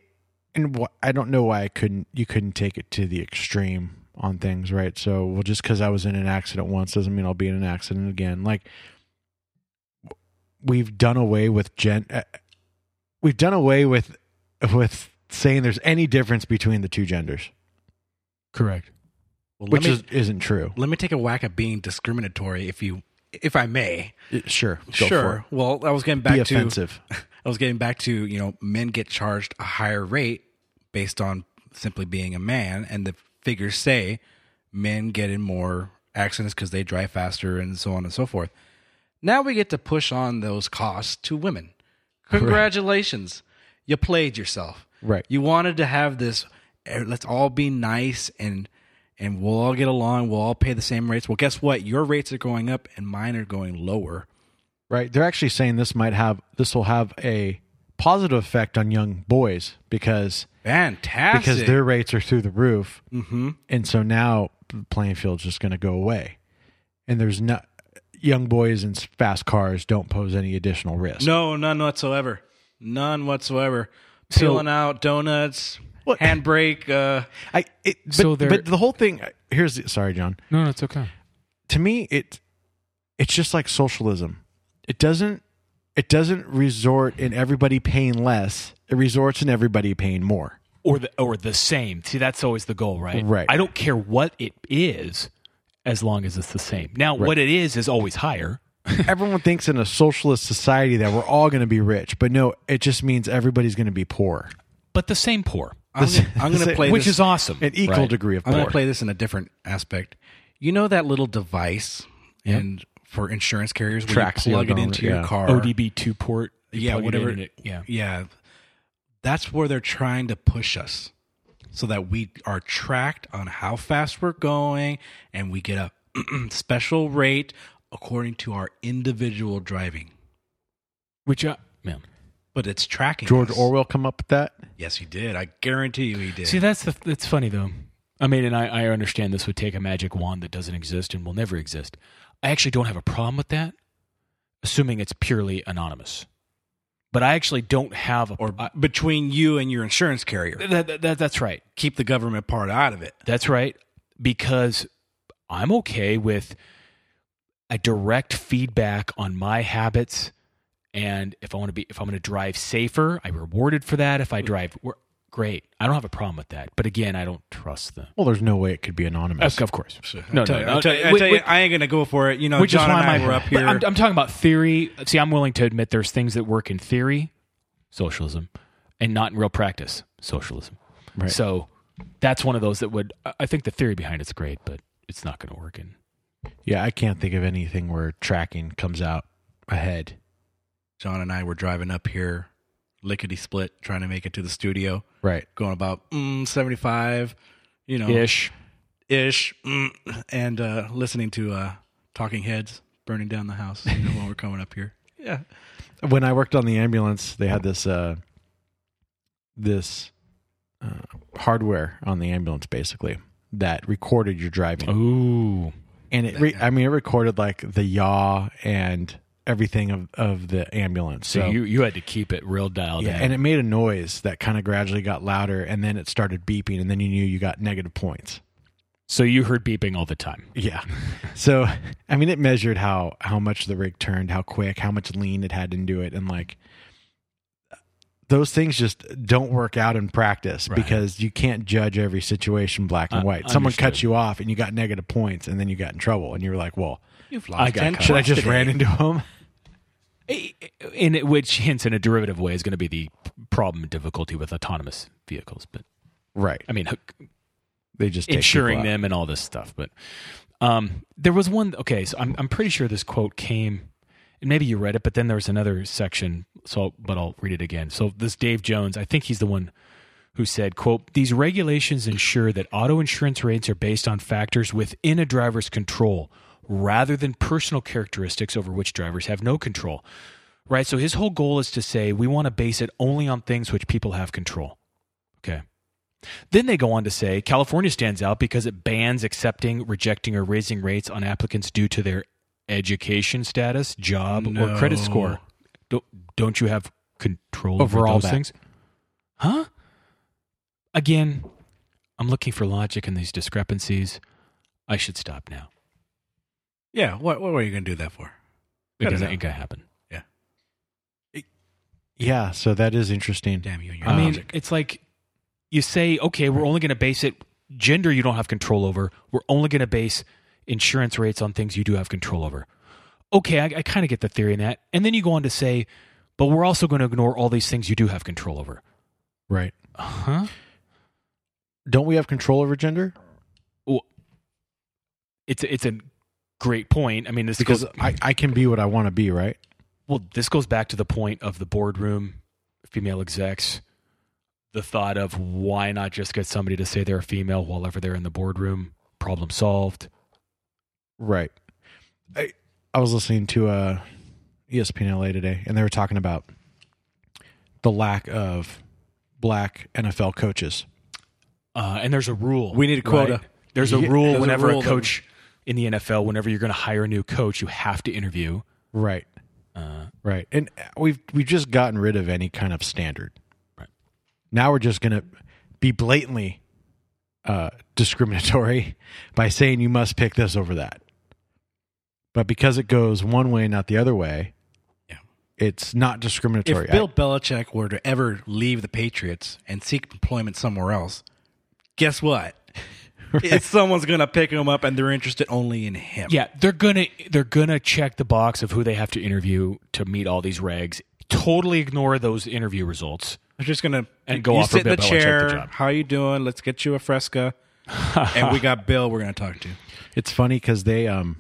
[SPEAKER 2] and wh- I don't know why I couldn't you couldn't take it to the extreme on things, right? So, well just cuz I was in an accident once doesn't mean I'll be in an accident again. Like w- we've done away with gen uh, we've done away with with saying there's any difference between the two genders,
[SPEAKER 4] correct
[SPEAKER 3] Well,
[SPEAKER 2] which
[SPEAKER 3] let me,
[SPEAKER 2] is, isn't true.
[SPEAKER 3] let me take a whack at being discriminatory, if you, if I may.
[SPEAKER 2] Sure. Go For
[SPEAKER 3] uh, sure.
[SPEAKER 2] it.
[SPEAKER 3] Well, I was getting
[SPEAKER 2] Be
[SPEAKER 3] back to
[SPEAKER 2] offensive.
[SPEAKER 3] I was getting back to you know men get charged a higher rate based on simply being a man. And the figures say men get in more accidents because they drive faster and so on and so forth. Now we get to push on those costs to women. Congratulations. You played yourself.
[SPEAKER 2] Right.
[SPEAKER 3] You wanted to have this eh, let's all be nice and and we'll all get along, we'll all pay the same rates. Well, guess what? Your rates are going up and mine are going lower.
[SPEAKER 2] Right. They're actually saying this might have this will have a positive effect on young boys because
[SPEAKER 3] Fantastic.
[SPEAKER 2] because their rates are through the roof. Mm-hmm. And so now the playing field's just going to go away. And there's not young boys in fast cars don't pose any additional risk.
[SPEAKER 3] No, none whatsoever. None whatsoever. Peeling out donuts,
[SPEAKER 2] What-
[SPEAKER 3] handbrake. Uh,
[SPEAKER 2] I it, but,
[SPEAKER 4] So they're-
[SPEAKER 2] but the whole thing here's the, sorry John.
[SPEAKER 4] No, no, it's okay.
[SPEAKER 2] To me it it's just like socialism. It doesn't it doesn't resort in everybody paying less. It resorts in everybody paying more.
[SPEAKER 4] Or the or the same. See, that's always the goal, right?
[SPEAKER 2] Right.
[SPEAKER 4] I don't care what it is, as long as it's the same. Now, what it is is always higher.
[SPEAKER 2] Everyone thinks in a socialist society that we're all going to be rich, but no, it just means everybody's going to be poor.
[SPEAKER 4] but the same poor,
[SPEAKER 3] I'm gonna, I'm gonna play
[SPEAKER 4] which
[SPEAKER 3] this,
[SPEAKER 4] is awesome.
[SPEAKER 2] An equal
[SPEAKER 4] Right.
[SPEAKER 2] degree of
[SPEAKER 3] I'm
[SPEAKER 2] poor.
[SPEAKER 3] gonna play this in a different aspect. You know that little device and for insurance carriers where
[SPEAKER 2] Tracks
[SPEAKER 3] you
[SPEAKER 2] the
[SPEAKER 3] plug it
[SPEAKER 2] odometer,
[SPEAKER 3] into your
[SPEAKER 2] yeah.
[SPEAKER 3] car.
[SPEAKER 4] ODB two port. you
[SPEAKER 3] yeah,
[SPEAKER 4] plug it in
[SPEAKER 3] whatever.
[SPEAKER 4] and it- yeah.
[SPEAKER 3] yeah. That's where they're trying to push us, so that we are tracked on how fast we're going, and we get a special rate according to our individual driving.
[SPEAKER 4] Which uh, yeah.
[SPEAKER 3] But it's tracking.
[SPEAKER 2] George
[SPEAKER 3] us.
[SPEAKER 2] Orwell come up with that?
[SPEAKER 3] Yes, he did. I guarantee you, he did.
[SPEAKER 4] See, that's the that's funny though. I mean, and I, I understand this would take a magic wand that doesn't exist and will never exist. I actually don't have a problem with that, assuming it's purely anonymous. But I actually don't have a.
[SPEAKER 3] or
[SPEAKER 4] I-
[SPEAKER 3] between you and your insurance carrier,
[SPEAKER 4] that, that- that, that's right.
[SPEAKER 3] keep the government part out of it.
[SPEAKER 4] That's right. Because I'm okay with a direct feedback on my habits. And if I want to be, if I'm going to drive safer, I'm rewarded for that. If I drive, we great. I don't have a problem with that. But again, I don't trust them.
[SPEAKER 2] Well, there's no way it could be anonymous.
[SPEAKER 4] Of course.
[SPEAKER 3] I
[SPEAKER 4] No,
[SPEAKER 3] tell
[SPEAKER 4] no,
[SPEAKER 3] you,
[SPEAKER 4] no.
[SPEAKER 3] I tell you, I
[SPEAKER 4] Wh-
[SPEAKER 3] tell you,
[SPEAKER 4] wh-
[SPEAKER 3] I ain't gonna go for it. You know,
[SPEAKER 4] Which
[SPEAKER 3] John
[SPEAKER 4] is why
[SPEAKER 3] and I
[SPEAKER 4] my,
[SPEAKER 3] were up
[SPEAKER 4] but
[SPEAKER 3] here.
[SPEAKER 4] I'm, I'm talking about theory. See, I'm willing to admit there's things that work in theory, socialism, and not in real practice, socialism.
[SPEAKER 2] Right.
[SPEAKER 4] So that's one of those that would. I- I think the theory behind it's great, but it's not going to work in
[SPEAKER 2] Yeah, I can't think of anything where tracking comes out ahead.
[SPEAKER 3] John and I were driving up here, lickety split, trying to make it to the studio,
[SPEAKER 2] Right.
[SPEAKER 3] going about mm, 75, you know,
[SPEAKER 4] ish.
[SPEAKER 3] ish, mm, and uh, listening to uh, Talking Heads burning down the house you know, when we're coming up here. Yeah,
[SPEAKER 2] When I worked on the ambulance, they had this uh this uh, hardware on the ambulance basically that recorded your driving.
[SPEAKER 4] Ooh,
[SPEAKER 2] And it re- I mean it recorded like the yaw and everything of of the ambulance.
[SPEAKER 4] so,
[SPEAKER 2] So,
[SPEAKER 4] you you had to keep it real dialed
[SPEAKER 2] yeah,
[SPEAKER 4] in.
[SPEAKER 2] and it made a noise that kind of gradually got louder and then it started beeping and then you knew you got negative points.
[SPEAKER 4] so you heard beeping all the time.
[SPEAKER 2] Yeah. So, I mean, it measured how how much the rig turned, how quick, how much lean it had into it, and like those things just don't work out in practice because you can't judge every situation black and
[SPEAKER 4] Uh,
[SPEAKER 2] white. Someone cut
[SPEAKER 4] understood.
[SPEAKER 2] you off and you got negative points, and then you got in trouble, and you were like, "Well,
[SPEAKER 3] you've
[SPEAKER 4] I
[SPEAKER 3] lost
[SPEAKER 4] got
[SPEAKER 3] ten.
[SPEAKER 4] cut.
[SPEAKER 2] should I
[SPEAKER 3] points
[SPEAKER 2] just
[SPEAKER 3] today.
[SPEAKER 2] ran into him?"
[SPEAKER 4] In it, which hints in a derivative way is going to be the problem and difficulty with autonomous vehicles. But
[SPEAKER 2] Right.
[SPEAKER 4] I mean, hook-
[SPEAKER 2] They just take
[SPEAKER 4] insuring
[SPEAKER 2] people out.
[SPEAKER 4] them and all this stuff. But um, there was one. Okay, so I'm I'm pretty sure this quote came, and maybe you read it, but then there was another section. So, I'll, but I'll read it again. So this Dave Jones, I think he's the one who said, "quote These regulations ensure that auto insurance rates are based on factors within a driver's control." Rather than personal characteristics over which drivers have no control. Right. So his whole goal is to say we want to base it only on things which people have control. Okay. Then they go on to say California stands out because it bans accepting, rejecting, or raising rates on applicants due to their education status, job, or credit
[SPEAKER 3] No.
[SPEAKER 4] score. Don't, don't you have control over,
[SPEAKER 2] Over all
[SPEAKER 4] those
[SPEAKER 2] that.
[SPEAKER 4] things? Huh? Again, I'm looking for logic in these discrepancies. I should stop now
[SPEAKER 3] Yeah, what what were you gonna do that for?
[SPEAKER 4] because
[SPEAKER 3] Gotta
[SPEAKER 4] it
[SPEAKER 3] know.
[SPEAKER 4] ain't gonna happen.
[SPEAKER 2] Yeah. So that is interesting.
[SPEAKER 3] Damn you and your
[SPEAKER 4] I mean,
[SPEAKER 3] logic.
[SPEAKER 4] it's like you say, okay, we're only going to base it gender you don't have control over. We're only going to base insurance rates on things you do have control over. Okay, I, I kind of get the theory in that. And then you go on to say, but we're also going to ignore all these things you do have control over.
[SPEAKER 2] Right.
[SPEAKER 4] Huh?
[SPEAKER 2] don't we have control over gender?
[SPEAKER 4] It's it's a great point. I mean, this
[SPEAKER 2] Because
[SPEAKER 4] goes
[SPEAKER 2] I, I can be what I want to be, right?
[SPEAKER 4] well. This goes back to the point of the boardroom, female execs, the thought of why not just get somebody to say they're a female whenever they're in the boardroom. Problem solved.
[SPEAKER 2] Right. I I was listening to uh, ESPN LA today, and they were talking about the lack of black NFL coaches.
[SPEAKER 4] Uh, and there's a rule.
[SPEAKER 3] We need a quota.
[SPEAKER 4] There's a
[SPEAKER 2] Yeah,
[SPEAKER 4] rule
[SPEAKER 3] there's a
[SPEAKER 4] whenever a,
[SPEAKER 3] rule that-
[SPEAKER 4] coach in the NFL, whenever you're going to hire a new coach, you have to interview.
[SPEAKER 2] Right.
[SPEAKER 4] Uh,
[SPEAKER 2] Right. And we've we've just gotten rid of any kind of standard.
[SPEAKER 4] Right.
[SPEAKER 2] Now we're just going to be blatantly uh, discriminatory by saying you must pick this over that. But because it goes one way, not the other way,
[SPEAKER 3] Yeah.
[SPEAKER 2] it's not
[SPEAKER 3] If
[SPEAKER 2] discriminatory.
[SPEAKER 3] Bill Belichick were to ever leave the Patriots and seek employment somewhere else, guess what? It's someone's gonna pick him up, and they're interested only in him.
[SPEAKER 4] yeah, they're gonna they're gonna check the box of who they have to interview to meet all these regs. Totally ignore those interview results.
[SPEAKER 3] they're just gonna
[SPEAKER 4] And go
[SPEAKER 3] you
[SPEAKER 4] offer
[SPEAKER 3] sit in
[SPEAKER 4] Bill
[SPEAKER 3] the
[SPEAKER 4] Belichick the
[SPEAKER 3] chair.
[SPEAKER 4] job.
[SPEAKER 3] How you doing? Let's get you a fresca. and we got Bill. We're gonna talk to.
[SPEAKER 2] It's funny because they um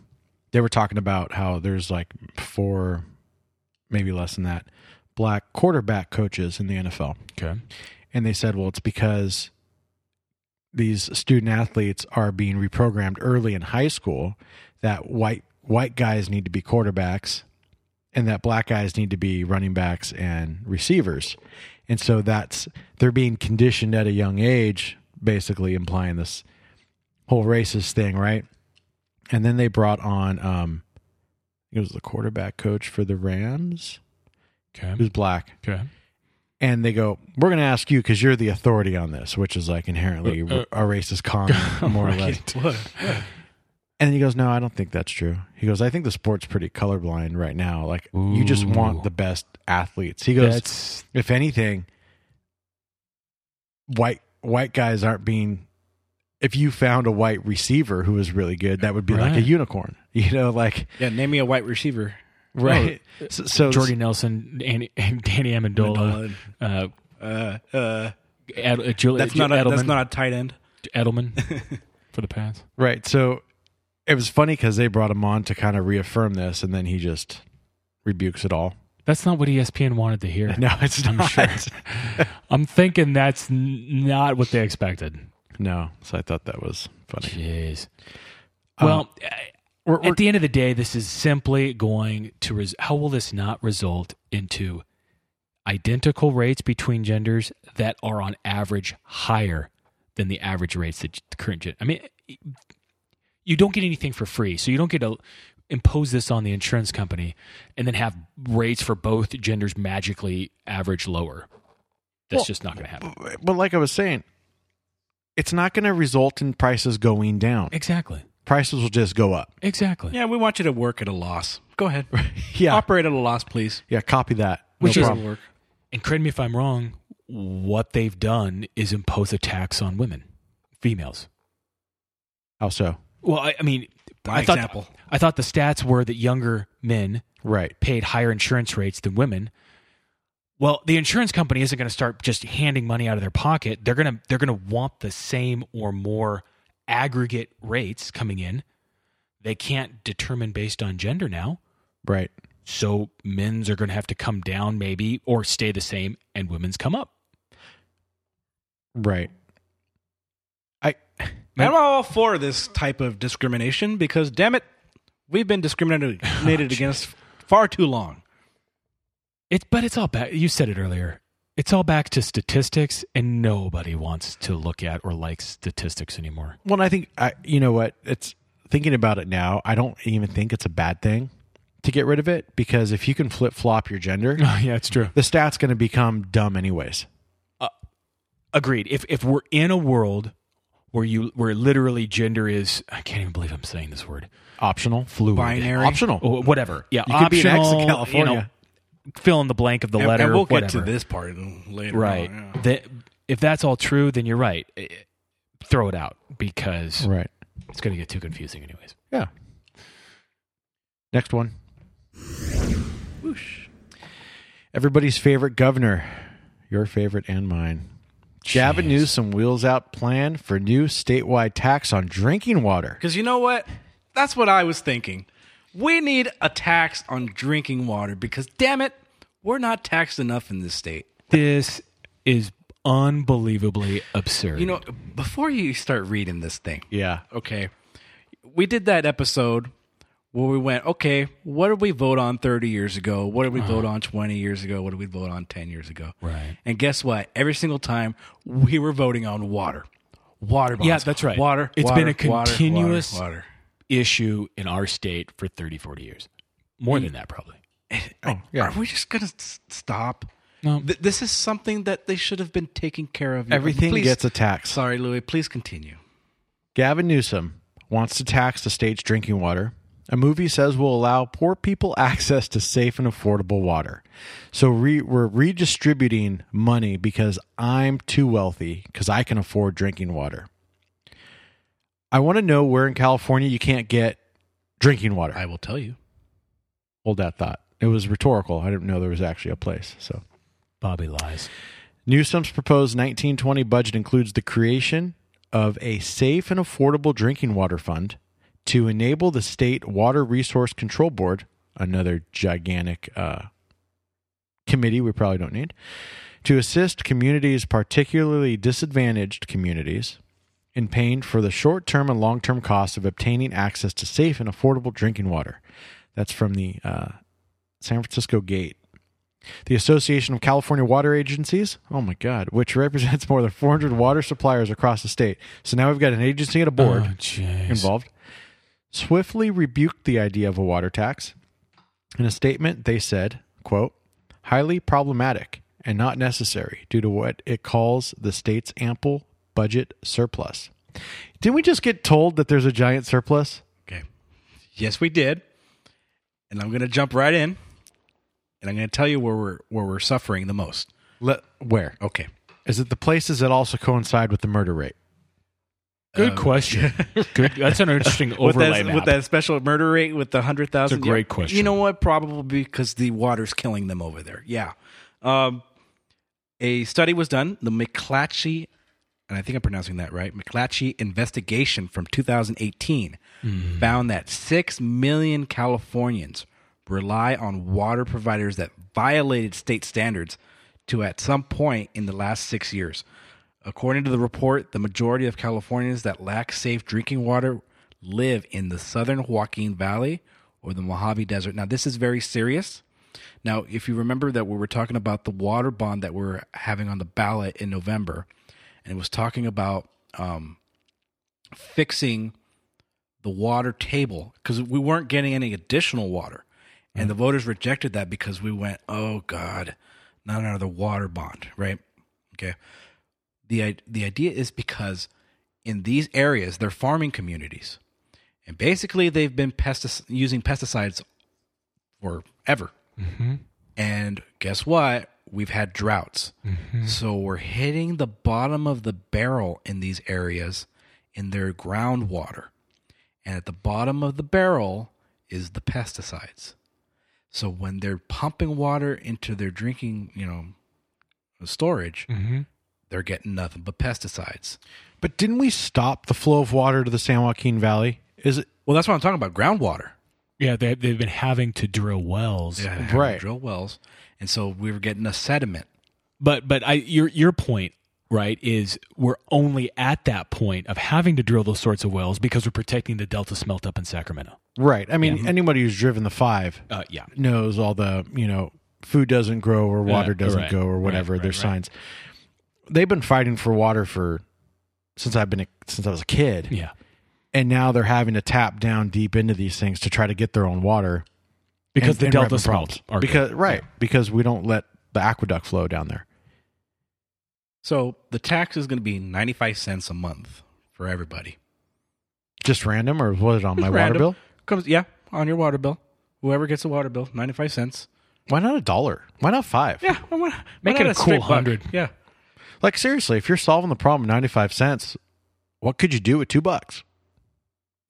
[SPEAKER 2] they were talking about how there's like four, maybe less than that, black quarterback coaches in the NFL,
[SPEAKER 4] Okay.
[SPEAKER 2] and they said, well, it's because these student athletes are being reprogrammed early in high school that white white guys need to be quarterbacks and that black guys need to be running backs and receivers. And so that's they're being conditioned at a young age, basically implying this whole racist thing, right? And then they brought on um it was the quarterback coach for the Rams. He
[SPEAKER 4] Okay.
[SPEAKER 2] was black
[SPEAKER 4] Okay.
[SPEAKER 2] and they go, "We're going to ask you because you're the authority on this," which is like inherently
[SPEAKER 4] Uh, uh.
[SPEAKER 2] a racist comment, more or less. And he goes, "No, I don't think that's true." He goes, "I think the sport's pretty colorblind right now. Like you just
[SPEAKER 4] Ooh.
[SPEAKER 2] want the best athletes." He goes,
[SPEAKER 4] That's
[SPEAKER 2] "If anything, white white guys aren't being." If you found a white receiver who was really good, that would be like a
[SPEAKER 4] Right.
[SPEAKER 2] unicorn, you know, like
[SPEAKER 3] Yeah, name me a white receiver.
[SPEAKER 2] right. so, so
[SPEAKER 4] Jordy Nelson and, and Danny Amendola.
[SPEAKER 3] Amendola.
[SPEAKER 4] Uh,
[SPEAKER 3] Uh, uh,
[SPEAKER 4] Ed, uh, Julie,
[SPEAKER 3] that's not a,
[SPEAKER 4] Edelman,
[SPEAKER 3] that's not a tight end.
[SPEAKER 4] Edelman for the pass.
[SPEAKER 2] Right. So it was funny because they brought him on to kind of reaffirm this, and then he just rebukes it all.
[SPEAKER 4] That's not what E ESPN wanted to hear.
[SPEAKER 2] No, it's not.
[SPEAKER 4] sure. I'm thinking that's n- not what they expected.
[SPEAKER 2] no. So I thought that was funny.
[SPEAKER 4] Jeez. Well,
[SPEAKER 2] Um, We're,
[SPEAKER 4] at the end of the day, this is simply going to res- how will this not result into identical rates between genders that are on average higher than the average rates that the current gen- I mean, you don't get anything for free, so you don't get to impose this on the insurance company and then have rates for both genders magically average lower. That's
[SPEAKER 2] Well,
[SPEAKER 4] just not going to happen.
[SPEAKER 2] we're- but like I was saying, it's not going to result in prices going down.
[SPEAKER 4] Exactly.
[SPEAKER 2] Prices will just go up.
[SPEAKER 4] Exactly.
[SPEAKER 3] Yeah, we want you to work at a loss. Go ahead.
[SPEAKER 2] Yeah.
[SPEAKER 3] Operate at a loss, please.
[SPEAKER 2] Yeah. Copy that.
[SPEAKER 4] Which
[SPEAKER 2] no
[SPEAKER 4] is-
[SPEAKER 2] problem.
[SPEAKER 3] work.
[SPEAKER 4] and correct me if I'm wrong, what they've done is impose a tax on women, females.
[SPEAKER 2] How so?
[SPEAKER 4] Well, I, I mean,
[SPEAKER 3] By
[SPEAKER 4] I thought,
[SPEAKER 3] example.
[SPEAKER 4] I thought the stats were that younger men
[SPEAKER 2] Right.
[SPEAKER 4] paid higher insurance rates than women. Well, the insurance company isn't going to start just handing money out of their pocket. They're going to they're going to want the same or more aggregate rates coming in. They can't determine based on gender now.
[SPEAKER 2] Right.
[SPEAKER 4] So men's are going to have to come down maybe or stay the same and women's come up.
[SPEAKER 2] Right. I.
[SPEAKER 3] I'm all for this type of discrimination because, damn it, we've been discriminated
[SPEAKER 4] Oh,
[SPEAKER 3] against far too long.
[SPEAKER 4] It's but it's all back. You said it earlier. It's all back to statistics, and nobody wants to look at or like statistics anymore.
[SPEAKER 2] Well, I think I, you know what? It's thinking about it now. I don't even think it's a bad thing to get rid of it because if you can flip flop your gender,
[SPEAKER 4] yeah, it's true.
[SPEAKER 2] the stat's going to become dumb anyways.
[SPEAKER 4] Agreed. If if we're in a world where you where literally gender is, I can't even believe I'm saying this word,
[SPEAKER 2] Optional,
[SPEAKER 4] fluid,
[SPEAKER 3] Binary.
[SPEAKER 2] optional.
[SPEAKER 4] or whatever. Yeah,
[SPEAKER 2] You could be an ex in
[SPEAKER 4] optional, you know,
[SPEAKER 2] California.
[SPEAKER 4] fill in the blank of the
[SPEAKER 3] And-
[SPEAKER 4] letter.
[SPEAKER 3] and we'll get to
[SPEAKER 4] whatever.
[SPEAKER 3] this part later.
[SPEAKER 4] Right.
[SPEAKER 3] on, yeah.
[SPEAKER 4] That- if that's all true, then you're right. Eh, Throw it out because
[SPEAKER 2] Right.
[SPEAKER 4] it's going to get too confusing, anyways.
[SPEAKER 2] Yeah. Next one. Everybody's favorite governor, your favorite and mine, Gavin
[SPEAKER 4] Jeez.
[SPEAKER 2] Newsom wheels out plan for new statewide tax on drinking water.
[SPEAKER 3] Because you know what? That's what I was thinking. We need a tax on drinking water because, damn it, we're not taxed enough in this state.
[SPEAKER 4] This is unbelievably absurd.
[SPEAKER 3] You know, before you start reading this thing,
[SPEAKER 2] Yeah.
[SPEAKER 3] okay, we did that episode where we went, okay, what did we vote on 30 years ago? What did we vote on 20 years ago? What did we vote on 10 years ago?
[SPEAKER 4] Uh-huh. Right.
[SPEAKER 3] And guess what? Every single time we were voting on water. Water bonds.
[SPEAKER 4] Yeah, that's right.
[SPEAKER 3] Water.
[SPEAKER 4] It's
[SPEAKER 3] It's
[SPEAKER 4] been a continuous-
[SPEAKER 3] water. water.
[SPEAKER 4] issue in our state for 30, 40 years. More than that, probably. Oh,
[SPEAKER 2] yeah.
[SPEAKER 3] Are we just going to s- stop?
[SPEAKER 4] No.
[SPEAKER 3] Th- this is something that they should have been taking care of.
[SPEAKER 2] Everything
[SPEAKER 3] Please-
[SPEAKER 2] gets a tax.
[SPEAKER 3] Sorry, Louis. Please continue.
[SPEAKER 2] Gavin Newsom wants to tax the state's drinking water. A movie says will allow poor people access to safe and affordable water. So re- we're redistributing money because I'm too wealthy because I can afford drinking water. I want to know where in California you can't get drinking water.
[SPEAKER 3] I will tell you.
[SPEAKER 2] Hold that thought. It was rhetorical. I didn't know there was actually a place. So
[SPEAKER 4] Bobby lies.
[SPEAKER 2] Newsom's proposed 1920 budget includes the creation of a safe and affordable drinking water fund to enable the state water resource control board, another gigantic uh, committee we probably don't need, to assist communities, particularly disadvantaged communities, in paying for the short term and long term costs of obtaining access to safe and affordable drinking water. That's from the uh, San Francisco Gate the Association of California Water Agencies, oh my God, which represents more than 400 water suppliers across the state. So now we've got an agency and a board
[SPEAKER 4] Oh, jeez.
[SPEAKER 2] involved, swiftly rebuked the idea of a water tax. In a statement, they said, quote, highly problematic and not necessary due to what it calls the state's ample budget surplus. Didn't we just get told that there's a giant surplus?
[SPEAKER 3] Okay. Yes, we did. And I'm going to jump right in, and I'm going to tell you where we're where we're suffering the most.
[SPEAKER 2] Le- where?
[SPEAKER 3] Okay.
[SPEAKER 2] Oh, Is it the places that also coincide with the murder rate?
[SPEAKER 4] Good question. Good. That's an interesting
[SPEAKER 3] With
[SPEAKER 4] overlay
[SPEAKER 3] that,
[SPEAKER 4] map.
[SPEAKER 3] with that special murder rate with the hundred thousand,
[SPEAKER 4] It's a great question.
[SPEAKER 3] You know what? Probably because the water's killing them over there. Yeah. Um, a study was done. The McClatchy, and I think I'm pronouncing that right. McClatchy investigation from 2018 found that six million Californians rely on water providers that violated state standards to at some point in the last six years. According to the report, the majority of Californians that lack safe drinking water live in the southern Joaquin Valley or the Mojave Desert. Now, this is very serious. Now, if you remember that we were talking about the water bond that we're having on the ballot in November, and it was talking about um, fixing the water table because we weren't getting any additional water. And the voters rejected that because we went, oh God, not another water bond, right? Okay. The, i- the idea is because in these areas, they're farming communities. And basically, they've been pestic- using pesticides forever. And guess what? We've had droughts. So we're hitting the bottom of the barrel in these areas in their groundwater. And at the bottom of the barrel is the pesticides. So when they're pumping water into their drinking, you know, storage, they're getting nothing but pesticides.
[SPEAKER 2] But didn't we stop the flow of water to the San Joaquin Valley? Is it
[SPEAKER 3] Well, that's what I'm talking about groundwater.
[SPEAKER 4] yeah, they, they've been having to drill wells.
[SPEAKER 3] They're having to
[SPEAKER 2] Right.
[SPEAKER 3] Drill wells. And so we were getting a sediment.
[SPEAKER 4] But but I your your point right is we're only at that point of having to drill those sorts of wells because we're protecting the delta smelt up in Sacramento.
[SPEAKER 2] right? I mean, anybody who's driven the five
[SPEAKER 4] Uh, yeah.
[SPEAKER 2] knows all the you know food doesn't grow or water
[SPEAKER 4] Yeah,
[SPEAKER 2] doesn't
[SPEAKER 4] right,
[SPEAKER 2] go or whatever.
[SPEAKER 4] right,
[SPEAKER 2] There's
[SPEAKER 4] right,
[SPEAKER 2] signs. They've been fighting for water for since I've been a, since I was a kid,
[SPEAKER 4] Yeah.
[SPEAKER 2] and now they're having to tap down deep into these things to try to get their own water
[SPEAKER 4] Because
[SPEAKER 2] and-
[SPEAKER 4] the
[SPEAKER 2] and we're
[SPEAKER 4] delta
[SPEAKER 2] having
[SPEAKER 4] smelt are good.
[SPEAKER 2] Because right, because we don't let the aqueduct flow down there.
[SPEAKER 3] So the tax is going to be 95 cents a month for everybody.
[SPEAKER 2] Just random, or was it on my water
[SPEAKER 3] Random.
[SPEAKER 2] bill?
[SPEAKER 3] Comes yeah, on your water bill. Whoever gets a water bill, 95 cents.
[SPEAKER 2] Why not a dollar? Why not five?
[SPEAKER 3] Yeah, why not- why
[SPEAKER 4] Make
[SPEAKER 3] not
[SPEAKER 4] it a cool
[SPEAKER 3] straight buck?
[SPEAKER 4] 100.
[SPEAKER 3] Yeah.
[SPEAKER 2] Like seriously, if you're solving the problem with 95 cents, what could you do with 2 bucks?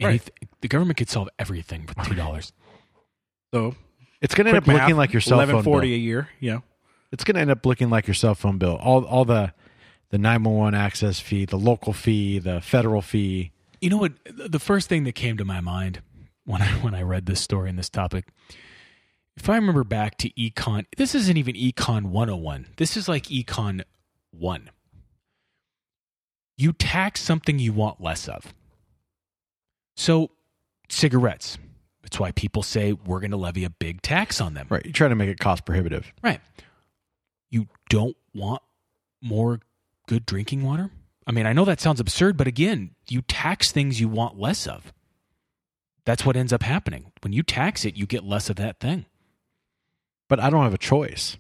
[SPEAKER 4] Anyth- The government could solve everything with two dollars.
[SPEAKER 3] So
[SPEAKER 2] It's going to end up
[SPEAKER 3] quick math,
[SPEAKER 2] looking like your cell phone
[SPEAKER 3] 1140
[SPEAKER 2] bill.
[SPEAKER 3] a year, you know.
[SPEAKER 2] It's going to end up looking like your cell phone bill. All all the the 911 access fee, the local fee, the federal fee.
[SPEAKER 4] You know what? The first thing that came to my mind when I when I read this story and this topic, if I remember back to Econ, this isn't even Econ 101. This is like Econ 1. You tax something you want less of. So, cigarettes. That's why people say we're going to levy a big tax on them.
[SPEAKER 2] Right. You try to make it cost prohibitive.
[SPEAKER 4] Right. You don't want more good drinking water? I mean, I know that sounds absurd, but again, you tax things you want less of. That's what ends up happening. When you tax it, you get less of that thing.
[SPEAKER 2] But I don't have a choice.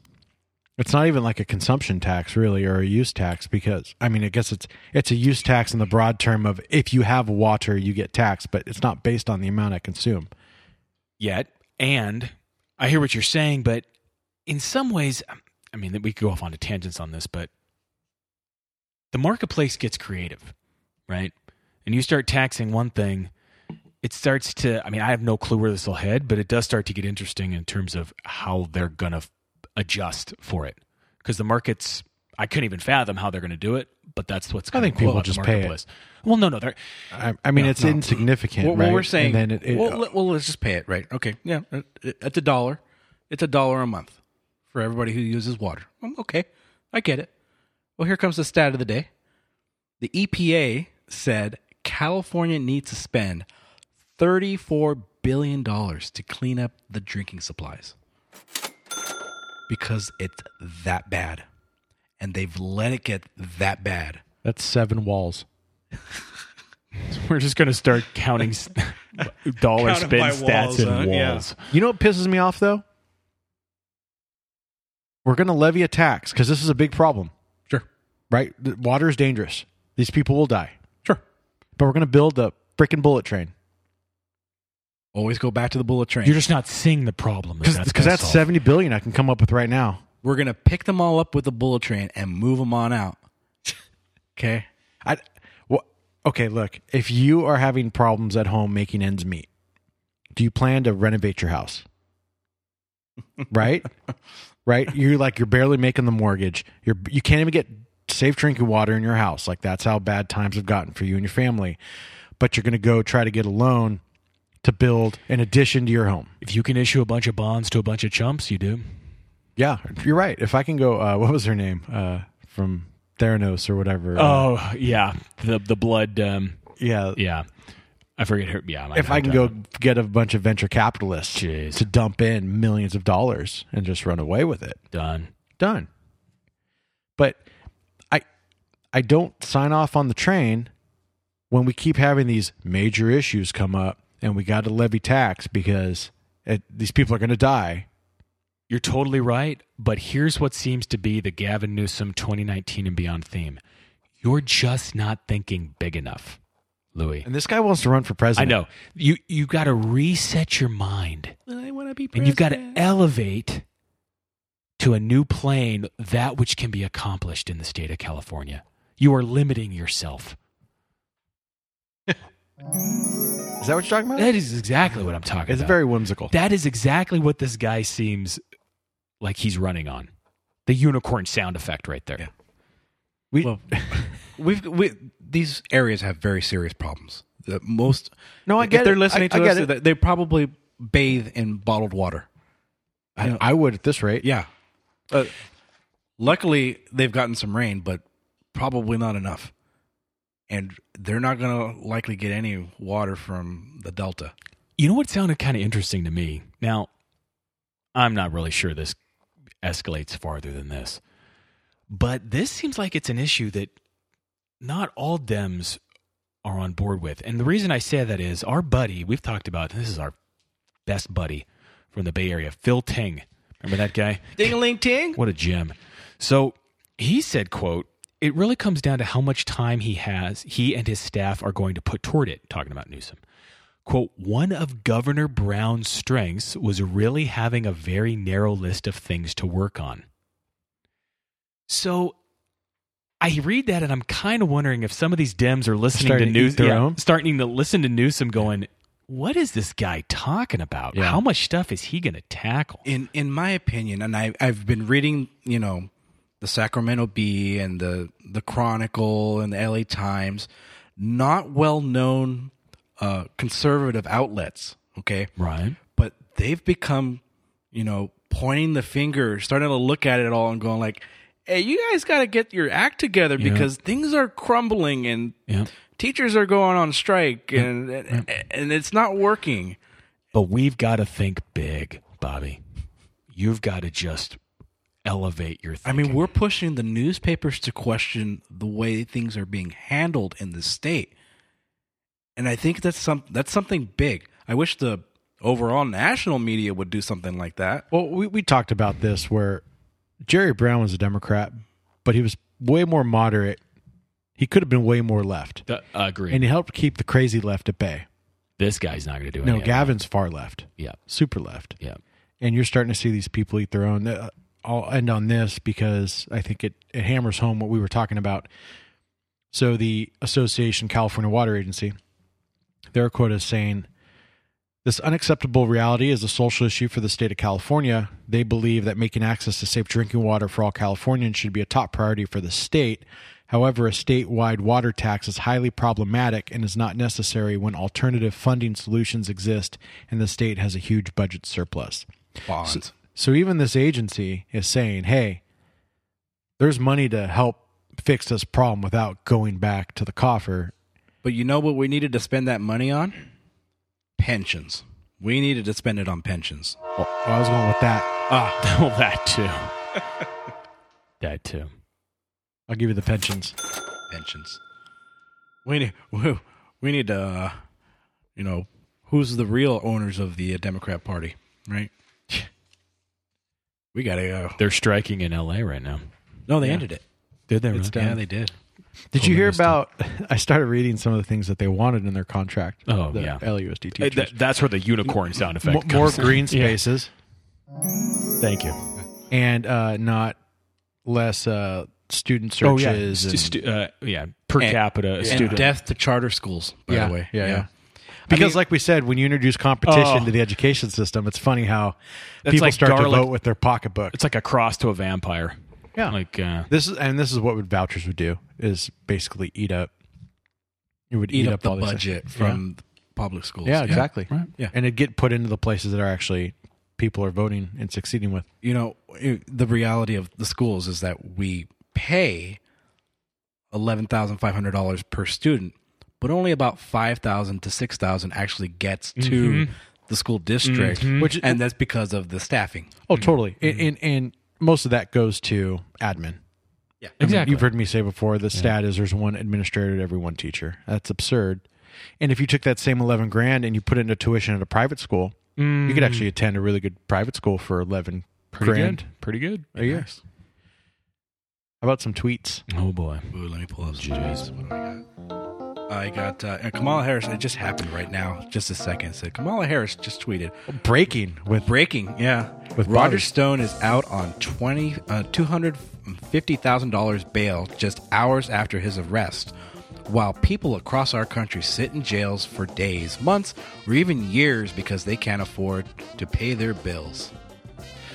[SPEAKER 2] It's not even like a consumption tax really or a use tax because I mean I guess it's it's a use tax in the broad term of if you have water you get taxed, but it's not based on the amount I consume.
[SPEAKER 4] Yet, and I hear what you're saying, but in some ways, I mean, we could go off onto tangents on this, but the marketplace gets creative, right? And you start taxing one thing, it starts to, I mean, I have no clue where this will head, but it does start to get interesting in terms of how they're going to adjust for it. Because the markets, I couldn't even fathom how they're going to do it, but that's what's going
[SPEAKER 2] think people just pay it.
[SPEAKER 4] Well, no, no, they're,
[SPEAKER 2] I, I mean it's insignificant,
[SPEAKER 3] Well,
[SPEAKER 2] right?
[SPEAKER 3] well, we're saying,
[SPEAKER 2] and then it, it-
[SPEAKER 3] well, let- well, let's just pay it, right? Okay, yeah, uh, it- it- it's a dollar. It's a dollar a month for everybody who uses water. Um, Okay, I get it. Well, here comes the stat of the day. The EPA said California needs to spend thirty-four billion dollars to clean up the drinking supplies because it's that bad, and they've let it get that bad.
[SPEAKER 2] that's seven walls.
[SPEAKER 4] We're just going to start counting s- dollar
[SPEAKER 3] Count 'em
[SPEAKER 4] spin
[SPEAKER 3] by
[SPEAKER 4] stats
[SPEAKER 3] walls,
[SPEAKER 4] and
[SPEAKER 3] huh? Yeah.
[SPEAKER 4] walls.
[SPEAKER 2] You know what pisses me off though? We're going to levy a tax because this is a big problem,
[SPEAKER 3] Sure,
[SPEAKER 2] right? The Water is dangerous. These people will die.
[SPEAKER 3] sure.
[SPEAKER 2] But we're going to build a freaking bullet train
[SPEAKER 3] Always go back to the bullet train.
[SPEAKER 4] You're just not seeing the problem. that
[SPEAKER 2] because
[SPEAKER 4] that's
[SPEAKER 2] that's,
[SPEAKER 4] gonna solve.
[SPEAKER 2] 70 billion I can come up with right now.
[SPEAKER 3] We're gonna pick them all up with the bullet train and move them on out. Okay.
[SPEAKER 2] I well, okay, look, if you are having problems at home making ends meet, do you plan to renovate your house? right? Right? You're like you're barely making the mortgage. You're you can't even get safe drinking water in your house. Like that's how bad times have gotten for you and your family. But you're going to go try to get a loan to build an addition to your home.
[SPEAKER 4] If you can issue a bunch of bonds to a bunch of chumps, you do.
[SPEAKER 2] Yeah, you're right. If I can go uh what was her name? Uh from Theranos or whatever. Uh,
[SPEAKER 4] Oh yeah, the the blood. Um,
[SPEAKER 2] yeah.
[SPEAKER 4] yeah, I forget her. Yeah, know
[SPEAKER 2] if I
[SPEAKER 4] what
[SPEAKER 2] can
[SPEAKER 4] you're
[SPEAKER 2] go
[SPEAKER 4] talking
[SPEAKER 2] get a bunch of venture capitalists
[SPEAKER 4] Jeez.
[SPEAKER 2] to dump in millions of dollars and just run away with it,
[SPEAKER 4] about. done.
[SPEAKER 2] done. But I I don't sign off on the train when we keep having these major issues come up and we got to levy tax because it, these people are going to die.
[SPEAKER 4] You're totally right. But here's what seems to be the Gavin Newsom 2019 and beyond theme: You're just not thinking big enough, Louis.
[SPEAKER 2] And this guy wants to run for
[SPEAKER 4] I
[SPEAKER 2] president.
[SPEAKER 4] know you. You got to reset your mind.
[SPEAKER 3] I want to be.
[SPEAKER 4] and you've got to elevate to a new plane that which can be accomplished in the state of California. You are limiting yourself.
[SPEAKER 2] Is that what you're talking about?
[SPEAKER 4] That is exactly what I'm talking
[SPEAKER 2] it's
[SPEAKER 4] about.
[SPEAKER 2] very whimsical.
[SPEAKER 4] that is exactly what this guy seems like he's running on. The unicorn sound effect right there.
[SPEAKER 2] we,
[SPEAKER 3] Well, we've we, these areas have very serious problems. The most.
[SPEAKER 2] No, I get
[SPEAKER 3] If they're
[SPEAKER 2] it.
[SPEAKER 3] listening
[SPEAKER 2] I-
[SPEAKER 3] to
[SPEAKER 2] I
[SPEAKER 3] us,
[SPEAKER 2] get it.
[SPEAKER 3] they- they probably bathe in bottled water.
[SPEAKER 2] I, I would at this rate.
[SPEAKER 3] Yeah. Uh, luckily, they've gotten some rain, but probably not enough. And they're not going to likely get any water from the Delta.
[SPEAKER 4] You know what sounded kind of interesting to me? Now, I'm not really sure this escalates farther than this, but this seems like it's an issue that not all Dems are on board with. And the reason I say that is our buddy, we've talked about this is our best buddy from the Bay Area, Phil Ting. Remember that guy?
[SPEAKER 3] Ding a ling ting.
[SPEAKER 4] What a gem. So he said, quote, it really comes down to how much time he has, he and his staff are going to put toward it, talking about Newsom. Quote, one of Governor Brown's strengths was really having a very narrow list of things to work on. So I read that and I'm kind of wondering if some of these Dems are listening
[SPEAKER 2] Starting
[SPEAKER 4] to
[SPEAKER 2] to eat
[SPEAKER 4] Newsom,
[SPEAKER 2] their own?
[SPEAKER 4] starting to listen to Newsom going, what is this guy talking about?
[SPEAKER 2] Yeah.
[SPEAKER 4] How much stuff is he going to tackle?
[SPEAKER 3] in in my opinion, and I I've been reading you know the Sacramento Bee and the the Chronicle and the LA Times, not well known uh, conservative outlets. Okay,
[SPEAKER 4] Right.
[SPEAKER 3] but they've become, you know, pointing the finger, starting to look at it all and going like, "Hey, you guys got to get your act together because things are crumbling and
[SPEAKER 4] Yeah.
[SPEAKER 3] teachers are going on strike and and it's not working."
[SPEAKER 4] But we've got to think big, Bobby. You've got to just elevate your
[SPEAKER 3] I
[SPEAKER 4] thinking.
[SPEAKER 3] mean, we're pushing the newspapers to question the way things are being handled in this state, and I think that's some that's something big. I wish the overall national media would do something like that.
[SPEAKER 2] Well, we, we talked about this where Jerry Brown was a Democrat, but he was way more moderate. He could have been way more left.
[SPEAKER 4] Th- agree.
[SPEAKER 2] And he helped keep the crazy left at bay.
[SPEAKER 4] this guy's not going to do
[SPEAKER 2] No,
[SPEAKER 4] any of that.
[SPEAKER 2] Gavin's far left,
[SPEAKER 4] Yeah.
[SPEAKER 2] super left.
[SPEAKER 4] Yeah.
[SPEAKER 2] And you're starting to see these people eat their own. Uh, I'll end on this because I think it, it hammers home what we were talking about. So, the Association California Water Agency, their quote is saying, This unacceptable reality is a social issue for the state of California. They believe that making access to safe drinking water for all Californians should be a top priority for the state. However, a statewide water tax is highly problematic and is not necessary when alternative funding solutions exist and the state has a huge budget surplus.
[SPEAKER 3] Bonds.
[SPEAKER 2] So even this agency is saying, hey, there's money to help fix this problem without going back to the coffer.
[SPEAKER 3] But you know what we needed to spend that money on? Pensions. We needed to spend it on pensions.
[SPEAKER 2] Oh, I was going with that.
[SPEAKER 4] Ah, well, that too. that too.
[SPEAKER 2] I'll give you the pensions.
[SPEAKER 3] Pensions. We need we, we need to uh, you know, who's the real owners of the uh, Democrat party, right? We got to go.
[SPEAKER 4] They're striking in L.A. right now.
[SPEAKER 3] No, they ended it.
[SPEAKER 4] Did they?
[SPEAKER 2] It's
[SPEAKER 4] really?
[SPEAKER 2] done.
[SPEAKER 3] Yeah, they did.
[SPEAKER 2] Did you hear about? I started reading some of the things that they wanted in their contract.
[SPEAKER 4] Oh,
[SPEAKER 2] the
[SPEAKER 4] yeah.
[SPEAKER 2] LUSD
[SPEAKER 4] Uh,
[SPEAKER 2] teachers.
[SPEAKER 4] that- that's where the unicorn sound effect
[SPEAKER 2] Mo-
[SPEAKER 4] comes
[SPEAKER 2] more
[SPEAKER 4] in.
[SPEAKER 2] green
[SPEAKER 4] Yeah.
[SPEAKER 2] spaces
[SPEAKER 4] Thank you.
[SPEAKER 2] and uh, not less uh, student
[SPEAKER 4] Oh yeah.
[SPEAKER 2] searches.
[SPEAKER 4] Stu-
[SPEAKER 2] and-
[SPEAKER 4] stu- uh, yeah. Per
[SPEAKER 3] And-
[SPEAKER 4] capita a
[SPEAKER 3] And
[SPEAKER 4] student.
[SPEAKER 3] death to charter schools, by
[SPEAKER 2] yeah,
[SPEAKER 3] the way.
[SPEAKER 2] yeah, yeah. Because,
[SPEAKER 3] mean-
[SPEAKER 2] like we said, when you introduce competition
[SPEAKER 4] Oh.
[SPEAKER 2] to the education system, it's funny how
[SPEAKER 4] That's
[SPEAKER 2] people
[SPEAKER 4] like
[SPEAKER 2] start
[SPEAKER 4] garlic-
[SPEAKER 2] to vote with their pocketbook.
[SPEAKER 4] it's like a cross to a vampire.
[SPEAKER 2] Yeah.
[SPEAKER 4] Like uh,
[SPEAKER 2] This is and this is what would vouchers would do is basically eat up. It would
[SPEAKER 3] Eat,
[SPEAKER 2] eat,
[SPEAKER 3] up, the
[SPEAKER 2] all these-
[SPEAKER 3] budget from the public schools.
[SPEAKER 2] Yeah, exactly.
[SPEAKER 4] Right.
[SPEAKER 3] Yeah.
[SPEAKER 2] and it get put into the places that are actually people are voting and succeeding with.
[SPEAKER 3] you know it- the reality of the schools is that we pay eleven thousand five hundred dollars per student, but only about five thousand to six thousand actually gets to the school district,
[SPEAKER 2] Which-
[SPEAKER 3] Mm-hmm. and Mm-hmm. that's because of the staffing.
[SPEAKER 2] Oh, totally. And, and and most of that goes to admin.
[SPEAKER 3] Yeah,
[SPEAKER 2] I mean,
[SPEAKER 4] Exactly.
[SPEAKER 2] you've heard me say before the stat is there's one administrator to every one teacher. That's absurd. And if you took that same 11 grand and you put it into tuition at a private school, you
[SPEAKER 3] Mm-hmm.
[SPEAKER 2] could actually attend a really good private school for 11
[SPEAKER 4] mm, pretty
[SPEAKER 2] grand
[SPEAKER 4] good. Pretty good.
[SPEAKER 2] a year. How about some tweets?
[SPEAKER 4] Oh boy.
[SPEAKER 3] Ooh, let me pull up some tweets. What do I got? I got uh, and Kamala Harris. It just happened right now, just a second. It Said Kamala Harris just tweeted,
[SPEAKER 2] Breaking with
[SPEAKER 3] breaking. Yeah,
[SPEAKER 2] With
[SPEAKER 3] Roger
[SPEAKER 2] Bobby.
[SPEAKER 3] Stone is out on twenty uh, two hundred fifty thousand dollars bail just hours after his arrest, while people across our country sit in jails for days, months, or even years because they can't afford to pay their bills.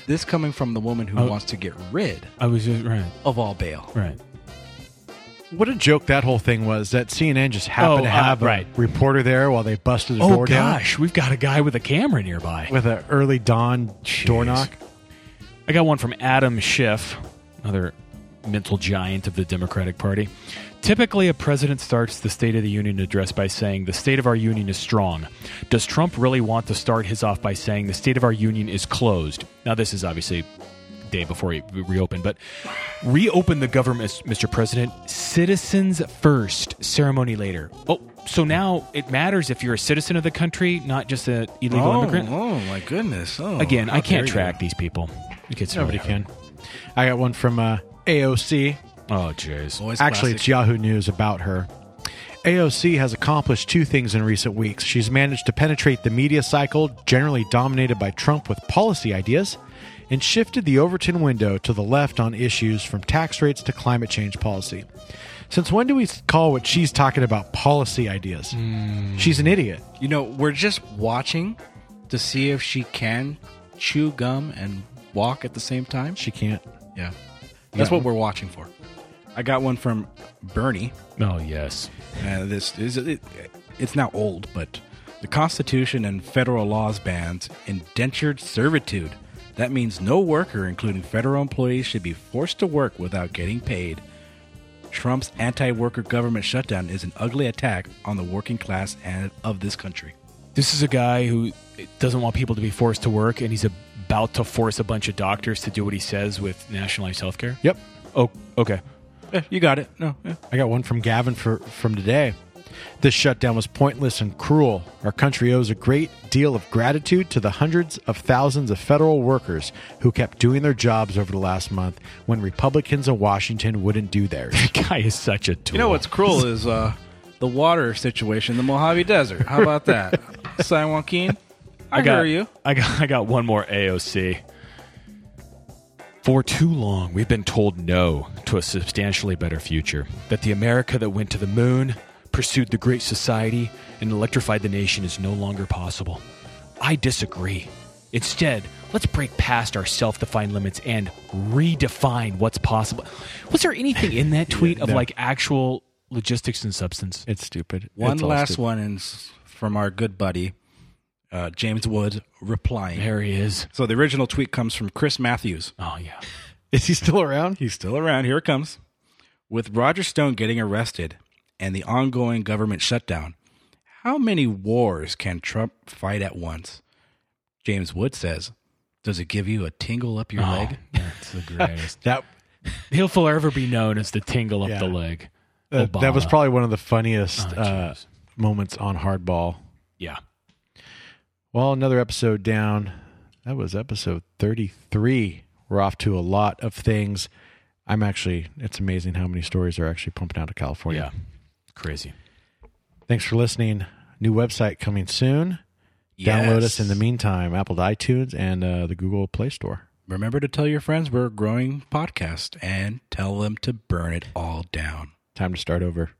[SPEAKER 3] This coming from the woman who wants to get rid
[SPEAKER 4] I was just right.
[SPEAKER 3] of all bail.
[SPEAKER 4] Right.
[SPEAKER 2] what a joke that whole thing was that CNN just happened
[SPEAKER 4] Oh,
[SPEAKER 2] to
[SPEAKER 4] uh,
[SPEAKER 2] have a
[SPEAKER 4] right.
[SPEAKER 2] reporter there while they busted the
[SPEAKER 4] Oh
[SPEAKER 2] door
[SPEAKER 4] gosh, we've got a guy with a camera nearby.
[SPEAKER 2] down with an early dawn door knock.
[SPEAKER 4] I got one from Adam Schiff, another mental giant of the Democratic Party. Typically, a president starts the State of the Union address by saying, The state of our union is strong. Does Trump really want to start his off by saying, The state of our union is closed? Now, this is obviously day before he reopened, but reopen the government, Mr. President. Citizens first, ceremony later. Oh, so now it matters if you're a citizen of the country, not just an illegal immigrant.
[SPEAKER 3] oh my goodness! Oh,
[SPEAKER 4] Again,
[SPEAKER 3] how
[SPEAKER 4] I can't
[SPEAKER 3] dare
[SPEAKER 4] track these people. It gets
[SPEAKER 2] Nobody
[SPEAKER 4] really hard.
[SPEAKER 2] can. Oh, I got one from uh, AOC.
[SPEAKER 4] Oh, jeez.
[SPEAKER 3] you. Always
[SPEAKER 2] Actually,
[SPEAKER 3] classic.
[SPEAKER 2] it's Yahoo News about her. AOC has accomplished two things in recent weeks. She's managed to penetrate the media cycle, generally dominated by Trump with policy ideas, and shifted the Overton window to the left on issues from tax rates to climate change policy. Since when do we call what she's talking about policy ideas?
[SPEAKER 3] Hmm.
[SPEAKER 2] She's an idiot.
[SPEAKER 3] You know, we're just watching to see if she can chew gum and walk at the same time.
[SPEAKER 2] She can't.
[SPEAKER 3] Yeah. That's what we're watching for. I got one from Bernie.
[SPEAKER 4] Oh yes.
[SPEAKER 3] Uh, this is it, it's now old, but the Constitution and federal laws bans indentured servitude. That means no worker, including federal employees, should be forced to work without getting paid. Trump's anti-worker government shutdown is an ugly attack on the working class and of this country.
[SPEAKER 4] This is a guy who doesn't want people to be forced to work, and he's about to force a bunch of doctors to do what he says with nationalized healthcare.
[SPEAKER 2] Yep.
[SPEAKER 4] Oh, okay.
[SPEAKER 3] Eh, you got it. No, eh.
[SPEAKER 2] I got one from Gavin for, from today. This shutdown was pointless and cruel. Our country owes a great deal of gratitude to the hundreds of thousands of federal workers who kept doing their jobs over the last month when Republicans in Washington wouldn't do theirs.
[SPEAKER 4] Guy is such a tool.
[SPEAKER 3] You know what's cruel is uh, the water situation in the Mojave Desert. How about that, San Joaquin? I,
[SPEAKER 4] got,
[SPEAKER 3] hear you.
[SPEAKER 4] I got I got one more AOC. For too long, we've been told no to a substantially better future. That the America that went to the moon, pursued the great society, and electrified the nation is no longer possible. I disagree. Instead, let's break past our self defined limits and redefine what's possible. Was there anything in that tweet of like actual logistics and substance?
[SPEAKER 2] It's stupid.
[SPEAKER 3] One
[SPEAKER 2] It's all
[SPEAKER 3] last
[SPEAKER 2] stupid.
[SPEAKER 3] one is from our good buddy uh, James Wood replying.
[SPEAKER 4] There he is.
[SPEAKER 3] So the original tweet comes from Chris Matthews.
[SPEAKER 4] Oh, yeah.
[SPEAKER 2] Is he still around?
[SPEAKER 3] He's still around. Here it comes. With Roger Stone getting arrested and the ongoing government shutdown, how many wars can Trump fight at once? James Wood says, "Does it give you a tingle up your
[SPEAKER 2] Oh,
[SPEAKER 3] leg?"
[SPEAKER 4] Oh, That's the greatest.
[SPEAKER 2] That
[SPEAKER 4] He'll forever be known as the tingle up
[SPEAKER 2] Yeah.
[SPEAKER 4] the leg.
[SPEAKER 2] that- uh, that was
[SPEAKER 4] Obama.
[SPEAKER 2] probably one of the funniest
[SPEAKER 4] Oh,
[SPEAKER 2] uh,
[SPEAKER 4] jeez.
[SPEAKER 2] moments on Hardball.
[SPEAKER 4] yeah.
[SPEAKER 2] Well, another episode down. That was episode 33. We're off to a lot of things. I'm actually, it's amazing how many stories are actually pumping out of California.
[SPEAKER 4] Yeah. Crazy.
[SPEAKER 2] Thanks for listening. New website coming soon. Download us in the meantime, Apple to iTunes and uh, the Google Play Store.
[SPEAKER 3] Remember to tell your friends we're a growing podcast and tell them to burn it all down.
[SPEAKER 2] Time to start over.